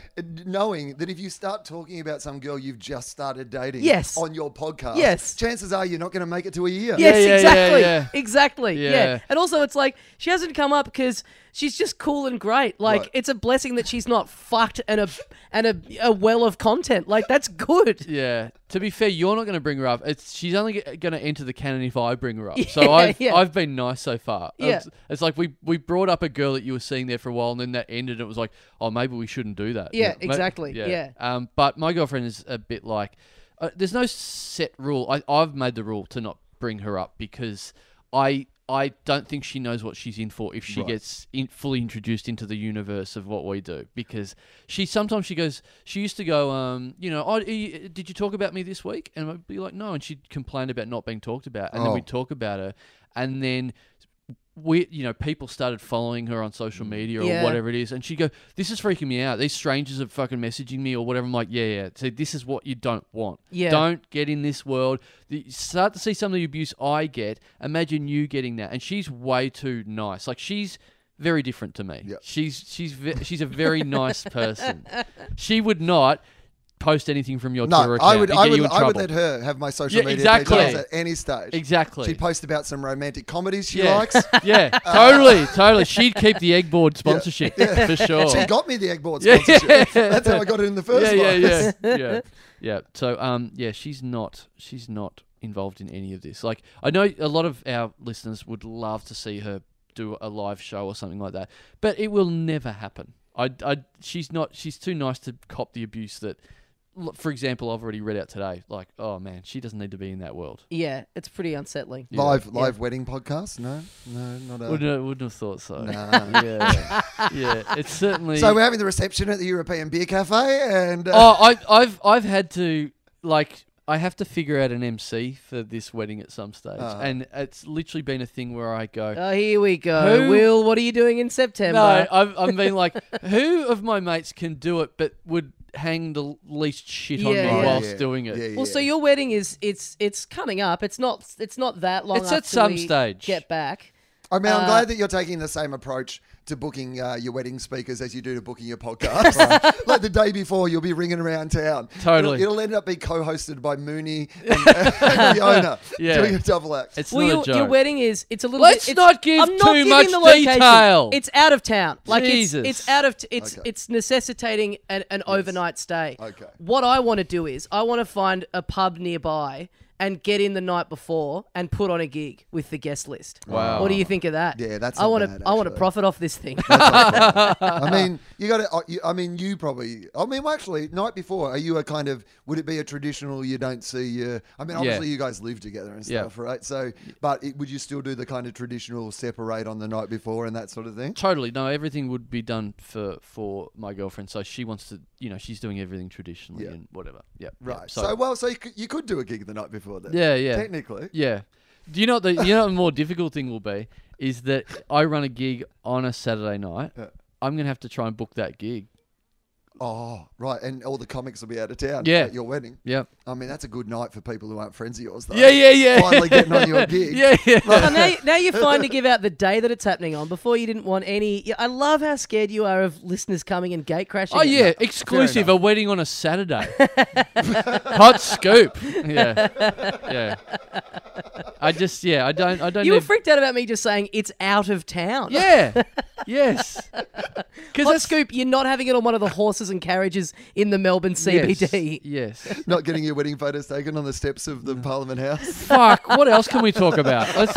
knowing that if you start talking about some girl you've just started dating Yes. on your podcast, Yes. chances are you're not going to make it to a year. Yes, yeah, yeah, exactly. yeah. Exactly. Yeah. Yeah. And also, it's like she hasn't come up because she's just cool and great. Like Right. it's a blessing that she's not fucked and a and a, a well of content. Like that's good. yeah. To be fair, you're not going to bring her up. It's she's only going to enter the canon if I bring her up. Yeah, so I've yeah. I've been nice so far. Yeah. It's, it's like we we brought up a girl that you were seeing there for a while, and then that ended. And it was like, oh, maybe we shouldn't do that. Yeah, Ma- exactly, yeah. Um, but my girlfriend is a bit like, uh, there's no set rule. I I've made the rule to not bring her up because I. I don't think she knows what she's in for if she gets in, fully introduced into the universe of what we do because she sometimes she goes she used to go um you know oh, y- did you talk about me this week and I'd be like no and she'd complain about not being talked about and then Oh. we'd talk about her and then we you know people started following her on social media or Yeah. whatever it is and she'd go this is freaking me out these strangers are fucking messaging me or whatever i'm like yeah yeah so this is what you don't want Yeah. don't get in this world The- you start to see some of the abuse i get imagine you getting that and she's way too nice like she's very different to me Yeah. she's she's ve- she's a very nice person she would not post anything from your Twitter No, account I would, to I get would, you in I would trouble. let her have my social Yeah, media exactly. details at any stage. exactly She'd post about some romantic comedies she Yeah. likes. Uh, Yeah, totally, totally. She'd keep the egg board sponsorship for sure. She got me the egg board Yeah, sponsorship. yeah. That's how I got it in the first yeah, place. yeah, yeah, yeah, yeah. So, um, yeah, she's not, she's not involved in any of this. Like, I know a lot of our listeners would love to see her do a live show or something like that, but it will never happen. I, I, she's not, she's too nice to cop the abuse that. l- For example, I've already read out today. Like, oh man, she doesn't need to be in that world. Yeah, it's pretty unsettling. Yeah. Live, live wedding podcast? No, no, not a. Wouldn't, wouldn't have thought so. Uh. Nah. Yeah, yeah. It's certainly. So we're having the reception at the European Beer Cafe, and uh, oh, I, I've I've had to like I have to figure out an MC for this wedding at some stage, Ah. and it's literally been a thing where I go. Oh, here we go. Who- Will, what are you doing in September? No, I've, I've been like, who of my mates can do it, but would hang the least shit on Yeah, me yeah. whilst Yeah. doing it? Yeah, yeah. well, so your wedding is it's it's coming up. It's not it's not that long. It's at after some we stage. Get back. I Uh, mean, I'm glad that you're taking the same approach to booking uh, your wedding speakers as you do to booking your podcast. like the day before, you'll be ringing around town. Totally. It'll, it'll end up being co-hosted by Mooney and, and Fiona Yeah. doing a double act. It's well, not your, a joke. your wedding is it's a little. Let's bit, it's- not give I'm not too giving much the location. detail. It's out of town. Like Jesus. it's it's out of t- it's Okay. it's necessitating an, an overnight stay. Okay. What I want to do is I want to find a pub nearby and get in the night before and put on a gig with the guest list. Wow. What do you think of that? Yeah, that's I not want bad, to I want to actually. profit off this thing. I mean, you got to. I mean, you probably. I mean, well, actually, night before, are you a kind of? Would it be a traditional? You don't see your. I mean, obviously, you guys live together and Yeah. stuff, right? So, but it, would you still do the kind of traditional separate on the night before and that sort of thing? Totally. No, everything would be done for for my girlfriend. So she wants to, you know, she's doing everything traditionally Yeah. and whatever. Yeah. yeah. Right. So, well, so you could, you could do a gig the night before then. Yeah, yeah. Technically. Yeah. Do you know what the you know what the more difficult thing will be is that I run a gig on a Saturday night. Yeah. I'm gonna have to try and book that gig. Oh, right. And all the comics will be out of town Yeah. at your wedding. Yeah. I mean, that's a good night for people who aren't friends of yours, though. Yeah, yeah, yeah. Finally getting on your gig. Yeah, yeah. Well, now, now you're fine to give out the day that it's happening on. Before you didn't want any. yeah, I love how scared you are of listeners coming and gate crashing. Oh it. yeah, exclusive. A wedding on a Saturday. Hot scoop. Yeah, yeah. I just yeah. I don't. I don't. You were need, freaked out about me just saying it's out of town. Yeah. yes. Because Hot scoop, you're not having it on one of the horses and carriages in the Melbourne CBD. Yes. yes. Not getting your wedding photos taken on the steps of the Parliament House. Fuck. What else can we talk about? Let's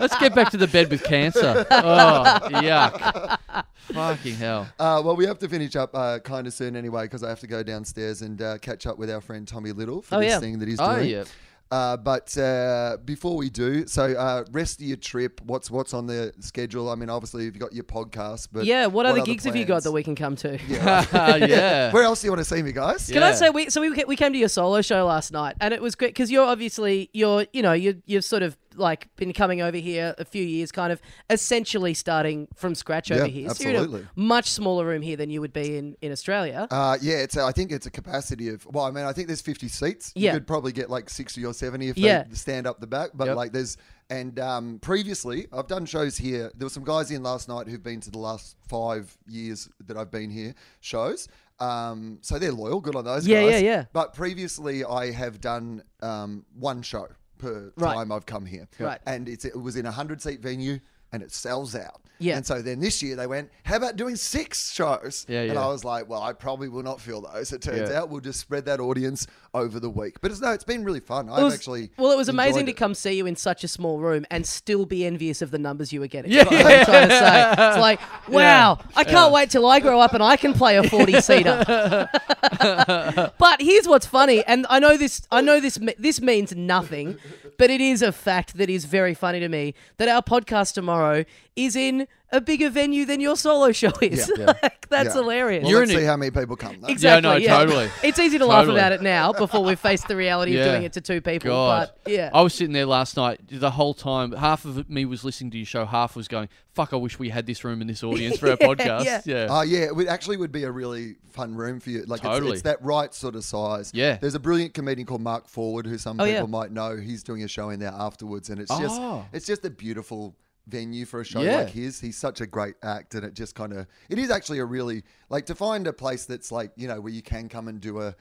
let's get back to the bed with cancer. Oh yuck. Fucking hell. Uh, well, we have to finish up uh, kind of soon anyway, because I have to go downstairs and uh, catch up with our friend Tommy Little for Oh, this yeah. thing that he's doing. Oh yeah. Uh, but uh, before we do, so uh, rest of your trip, what's what's on the schedule? I mean, obviously you've got your podcast, but Yeah, what, other gigs have you got plans? that we can come to? yeah. Where else do you want to see me, guys? Yeah. Can I say we so we ca- we came to your solo show last night and it was great because you're obviously you're you know you you've sort of like been coming over here a few years kind of essentially starting from scratch Yeah, over here so you're in absolutely. a much smaller room here than you would be in in Australia Uh, yeah, it's. A, I think it's a capacity of. Well, I mean, I think there's 50 seats. Yeah. You could probably get like 60 or 70 if Yeah. they stand up the back. But Yep. like there's. And um, previously, I've done shows here. There were some guys in last night who've been to the last five years that I've been here shows. Um, so they're loyal. Good on those Yeah, guys. yeah, yeah. But previously, I have done um, one show per Right. time I've come here. Right. And it's, it was in a 100 seat venue and it sells out. Yeah. And so then this year they went, how about doing six shows? Yeah, And yeah. I was like, well, I probably will not feel those. It turns Yeah. out we'll just spread that audience over the week. But it's no, it's been really fun. It I've was- actually well it was amazing enjoyed to it. come see you in such a small room and still be envious of the numbers you were getting Yeah. That's what I'm trying to say. it's like wow I can't wait till I grow up and I can play a 40 seater but here's what's funny and I know this I know this me- this means nothing but it is a fact that is very funny to me that our podcast tomorrow is in a bigger venue than your solo show is Like, that's Yeah. hilarious Well, You're let's in see it. how many people come. Though. Exactly. Yeah, no, totally. It's easy to laugh Totally. about it now before we've faced the reality Yeah. of doing it to two people. God. Oh. But yeah. I was sitting there last night the whole time. Half of me was listening to your show, half was going, fuck, I wish we had this room and this audience for our podcast. yeah. Yeah. Oh yeah, it would actually would be a really fun room for you. Like it's- Totally. it's, that right sort of size. Yeah. There's a brilliant comedian called Mark Forward who some Oh, people yeah. might know. He's doing a show in there afterwards, and it's just Oh. it's just a beautiful venue for a show Yeah. like his. He's such a great act, and it just kind of it is actually a really like to find a place that's like you know where you can come and do a.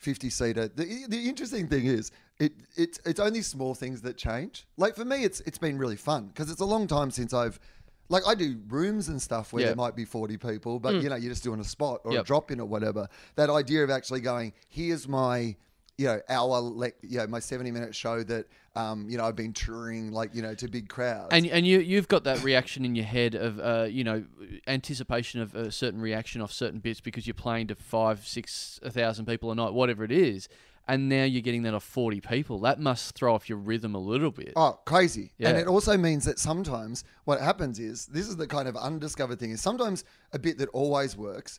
50 seater. The, the interesting thing is, it, it's it's only small things that change. Like for me, it's it's been really fun because it's a long time since I've, like, I do rooms and stuff where Yeah. there might be 40 people, but you know, you're just doing a spot or a Hmm. Yep. drop in or whatever. That idea of actually going, here's my, you know, hour, le- you know, my 70 minute show that, um, you know, I've been touring like, you know, to big crowds. And, and you you've got that reaction in your head of uh, you know anticipation of a certain reaction off certain bits because you're playing to five six a thousand people a night whatever it is and now you're getting that off forty people that must throw off your rhythm a little bit Oh, crazy. And Yeah. it also means that sometimes what happens is this is the kind of undiscovered thing is sometimes a bit that always works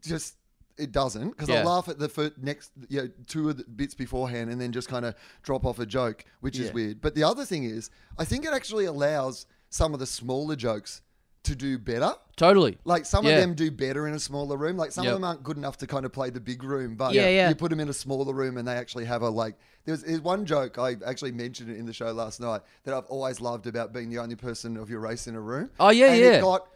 just it doesn't because I Yeah. laugh at the fir- next you know, two of the bits beforehand and then just kind of drop off a joke, which is Yeah. weird. But the other thing is, I think it actually allows some of the smaller jokes to do better. totally Like some Yeah. of them do better in a smaller room. Like some Yep. of them aren't good enough to kind of play the big room, but Yeah, yeah. you put them in a smaller room and they actually have a like. There's, there's one joke I actually mentioned it in the show last night that I've always loved about being the only person of your race in a room. Oh, yeah, and yeah. It got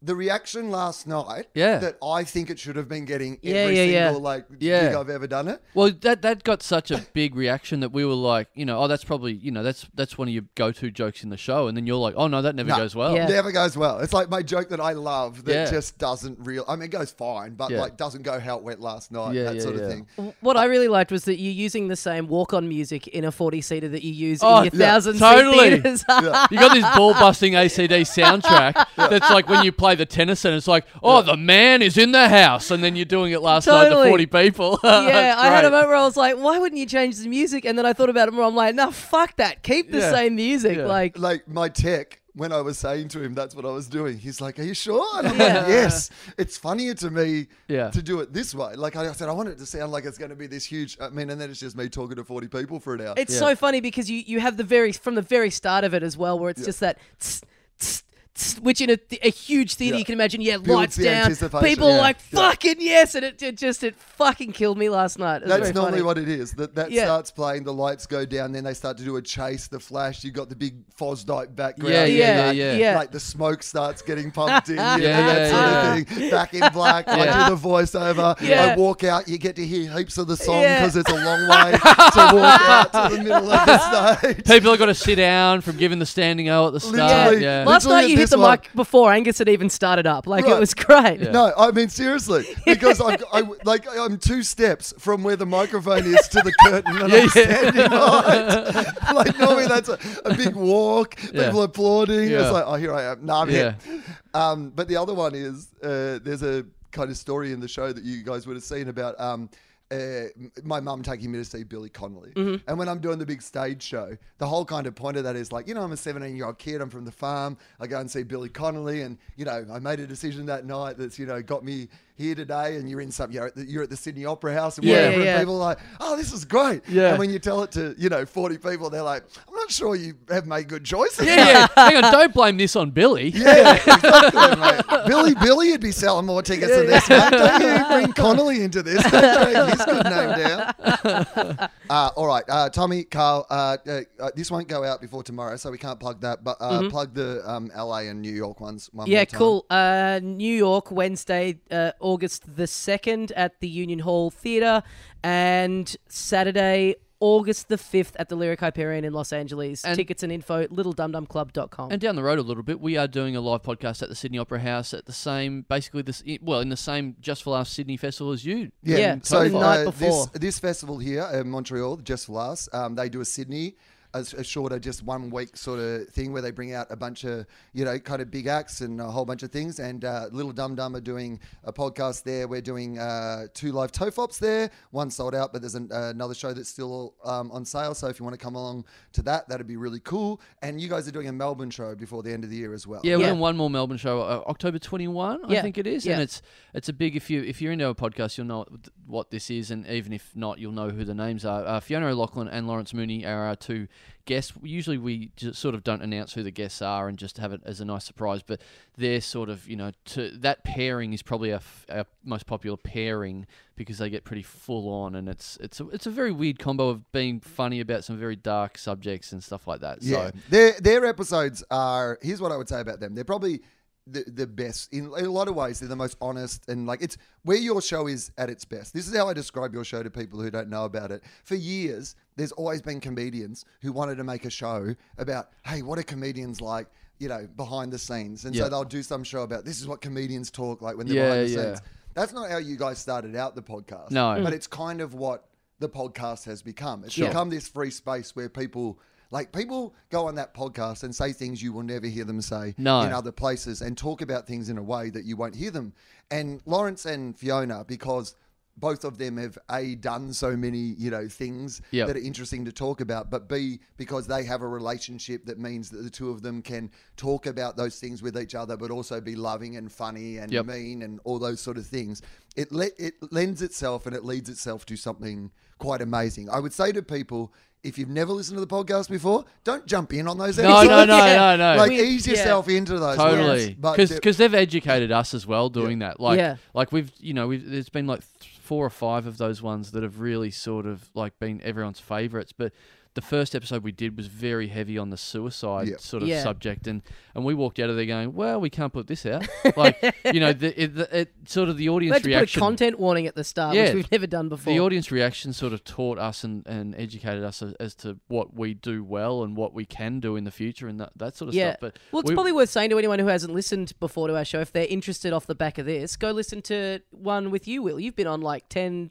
the reaction last night. Yeah. That I think it should have been getting Yeah, every yeah, yeah. single like Yeah. gig I've ever done it. Well, that that got such a big reaction that we were like, you know, oh, that's probably, you know, that's that's one of your go-to jokes in the show, and then you're like, oh no, that never No. goes well. Yeah. Never goes well. It's like my joke that I love that Yeah. just doesn't real. I mean, it goes fine, but Yeah. like doesn't go how it went last night. Yeah, that yeah, sort yeah. of thing. What I really liked was that you're using the same walk-on music in a 40-seater that you use Oh, in your yeah, thousand totally. seat theaters. You got this ball-busting ACD soundtrack that's like when you play the tennis, and it's like, oh, the man is in the house, and then you're doing it last night to Totally. forty people. yeah, That's I had a great. moment where I was like, why wouldn't you change the music? And then I thought about it more. I'm like, no, fuck that. Keep the Yeah. same music. Yeah. Like, like my tech, when I was saying to him that's what I was doing, he's like, "Are you sure?" And I'm Yeah. like, "Yes." It's funnier to me Yeah. to do it this way. Like I said, I want it to sound like it's going to be this huge. I mean, and then it's just me talking to forty people for an hour. It's Yeah. so funny because you, you have the very from the very start of it as well, where it's just that. Tss, tss, tss, which in a, th- a huge theater Yeah. you can imagine, yeah, Builds lights the down, anticipation. people Yeah. like Yeah. fucking yes, and it, it just it fucking killed me last night. It was That's very normally funny. what it is. That that Yeah. starts playing, the lights go down, then they start to do a chase, the flash. You got the big Fosdike background. Yeah, you yeah, know, yeah, yeah. Like the smoke starts getting pumped in. Yeah, Yeah, that yeah, sort of thing. Back in black. I Yeah. do the voiceover. Yeah. I walk out. You get to hear heaps of the song Yeah. because it's a long way to walk out to the middle of the stage. People have got to sit down from giving the standing O at the start. Literally. Yeah. Last Literally night you at hit this the one. mic before Angus had even started up. Like it Right. was great. Yeah. No, I mean seriously, because I've, I like I'm two steps from where the microphone is to the curtain, and I'm standing on it. Like normally that's a, a big walk. Yeah. People applauding. Yeah. It's like, oh, here I am. Nah, I'm Yeah. here. Um, but the other one is uh, there's a kind of story in the show that you guys would have seen about. Um, uh, my mum taking me to see Billy Connolly. Mm-hmm. And when I'm doing the big stage show, the whole kind of point of that is like, you know, I'm a 17 year old kid. I'm from the farm. I go and see Billy Connolly. And, you know, I made a decision that night that's, you know, got me here today. And you're in some, you're at the, you're at the Sydney Opera House and Yeah, whatever. yeah, yeah. And people are like, oh, this is great. Yeah. And when you tell it to, you know, 40 people, they're like, I'm not sure you have made good choices. Yeah, yeah. Hang on, don't blame this on Billy. Yeah, exactly, mate. Billy, Billy would be selling more tickets than this, mate. Don't you bring Connolly into this. Don't drag his good name down. Uh, all right, uh, Tommy, Carl, uh, uh, uh, this won't go out before tomorrow, so we can't plug that, but uh, plug the um, LA and New York ones one Mm-hmm. Yeah, more time. cool. Uh, New York, Wednesday, uh, August the 2nd at the Union Hall Theatre, and Saturday, August the 5th at the Lyric Hyperion in Los Angeles. And- Tickets and info, littledumdumclub.com. And down the road a little bit, we are doing a live podcast at the Sydney Opera House at the same, basically this, well, in the same Just for Laughs Sydney Festival as you. Yeah, so the night uh, before. This, this festival here in Montreal, Just for Laughs, um, they do a Sydney, a, s- a shorter, just one week sort of thing where they bring out a bunch of, you know, kind of big acts and a whole bunch of things. And uh, Little Dum Dum are doing a podcast there. We're doing uh, two live tofops there. One sold out, but there's an, uh, another show that's still um, on sale. So if you want to come along to that, that'd be really cool. And you guys are doing a Melbourne show before the end of the year as well. Yeah, we're Yeah. doing one more Melbourne show, uh, October twenty one, Yeah. I think it is, Yeah. and it's it's a big. If you if you're into a podcast, you'll know th- what this is, and even if not, you'll know who the names are. Uh, Fiona O'Loughlin and Lawrence Mooney are our two guests. Usually, we just sort of don't announce who the guests are and just have it as a nice surprise. But they're sort of you know to, that pairing is probably our, f- our most popular pairing because they get pretty full on, and it's it's a, it's a very weird combo of being funny about some very dark subjects and stuff like that. Yeah, So their their episodes are. Here's what I would say about them. They're probably the, the best in, in a lot of ways. They're the most honest and like it's where your show is at its best. This is how I describe your show to people who don't know about it. For years, there's always been comedians who wanted to make a show about, hey, what are comedians like? You know, behind the scenes, and Yeah. so they'll do some show about this is what comedians talk like when they're Yeah, behind the yeah. scenes. That's not how you guys started out the podcast. No. Mm. but it's kind of what the podcast has become. It's Sure. become become this free space where people like people go on that podcast and say things you will never hear them say No. in other places and talk about things in a way that you won't hear them. And Lawrence and Fiona, because both of them have a done so many you know things Yep. that are interesting to talk about, but b because they have a relationship that means that the two of them can talk about those things with each other, but also be loving and funny and Yep. mean and all those sort of things. It le- it lends itself and it leads itself to something quite amazing. I would say to people, if you've never listened to the podcast before, don't jump in on those. no, episodes. no, no, Yeah. no, no. Like We- ease yeah. yourself into those. totally But because the- they've educated us as well doing that like Yeah. like we've you know we've there's been like th- four or five of those ones that have really sort of like been everyone's favorites but the first episode we did was very heavy on the suicide Yeah. sort of Yeah. subject and and we walked out of there going well we can't put this out like you know the, it, the, it sort of we the audience had to put a reaction content warning at the start, Yeah. which we've never done before. the audience reaction sort of taught us and, and educated us as, as to what we do well and what we can do in the future and that, that sort of yeah. stuff. But well, it's we- probably worth saying to anyone who hasn't listened before to our show, if they're interested off the back of this, go listen to one with you, Will. You've been on like 10,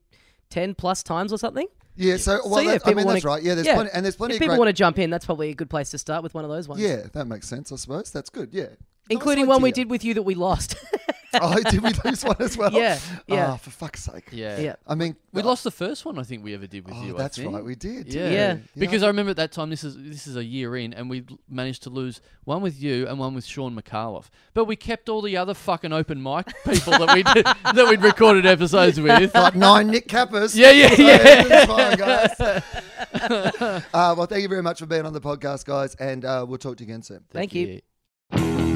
10 plus times or something. yeah, so well, so yeah, that- if I people mean wanna- that's right. Yeah, there's plenty, and there's plenty If of people great- want to jump in, that's probably a good place to start with one of those ones. Yeah, that makes sense. I suppose that's good. Yeah, Nice Including one we idea. did with you that we lost. oh, did we lose one as well? Yeah, yeah. Oh, for fuck's sake. Yeah. Yeah. I mean, We lost the first one I think we ever did with Oh, you. I that's think. right. We did. Yeah. Yeah. Because I remember at that time this is this is a year in and we l- managed to lose one with you and one with Sean McAuliffe. But we kept all the other fucking open mic people that we did, that we'd recorded episodes with. Like nine Nick Kappas. Yeah, yeah, So yeah. everything's fine, guys. uh, well, thank you very much for being on the podcast, guys, and uh, we'll talk to you again soon. Thank you. Yeah.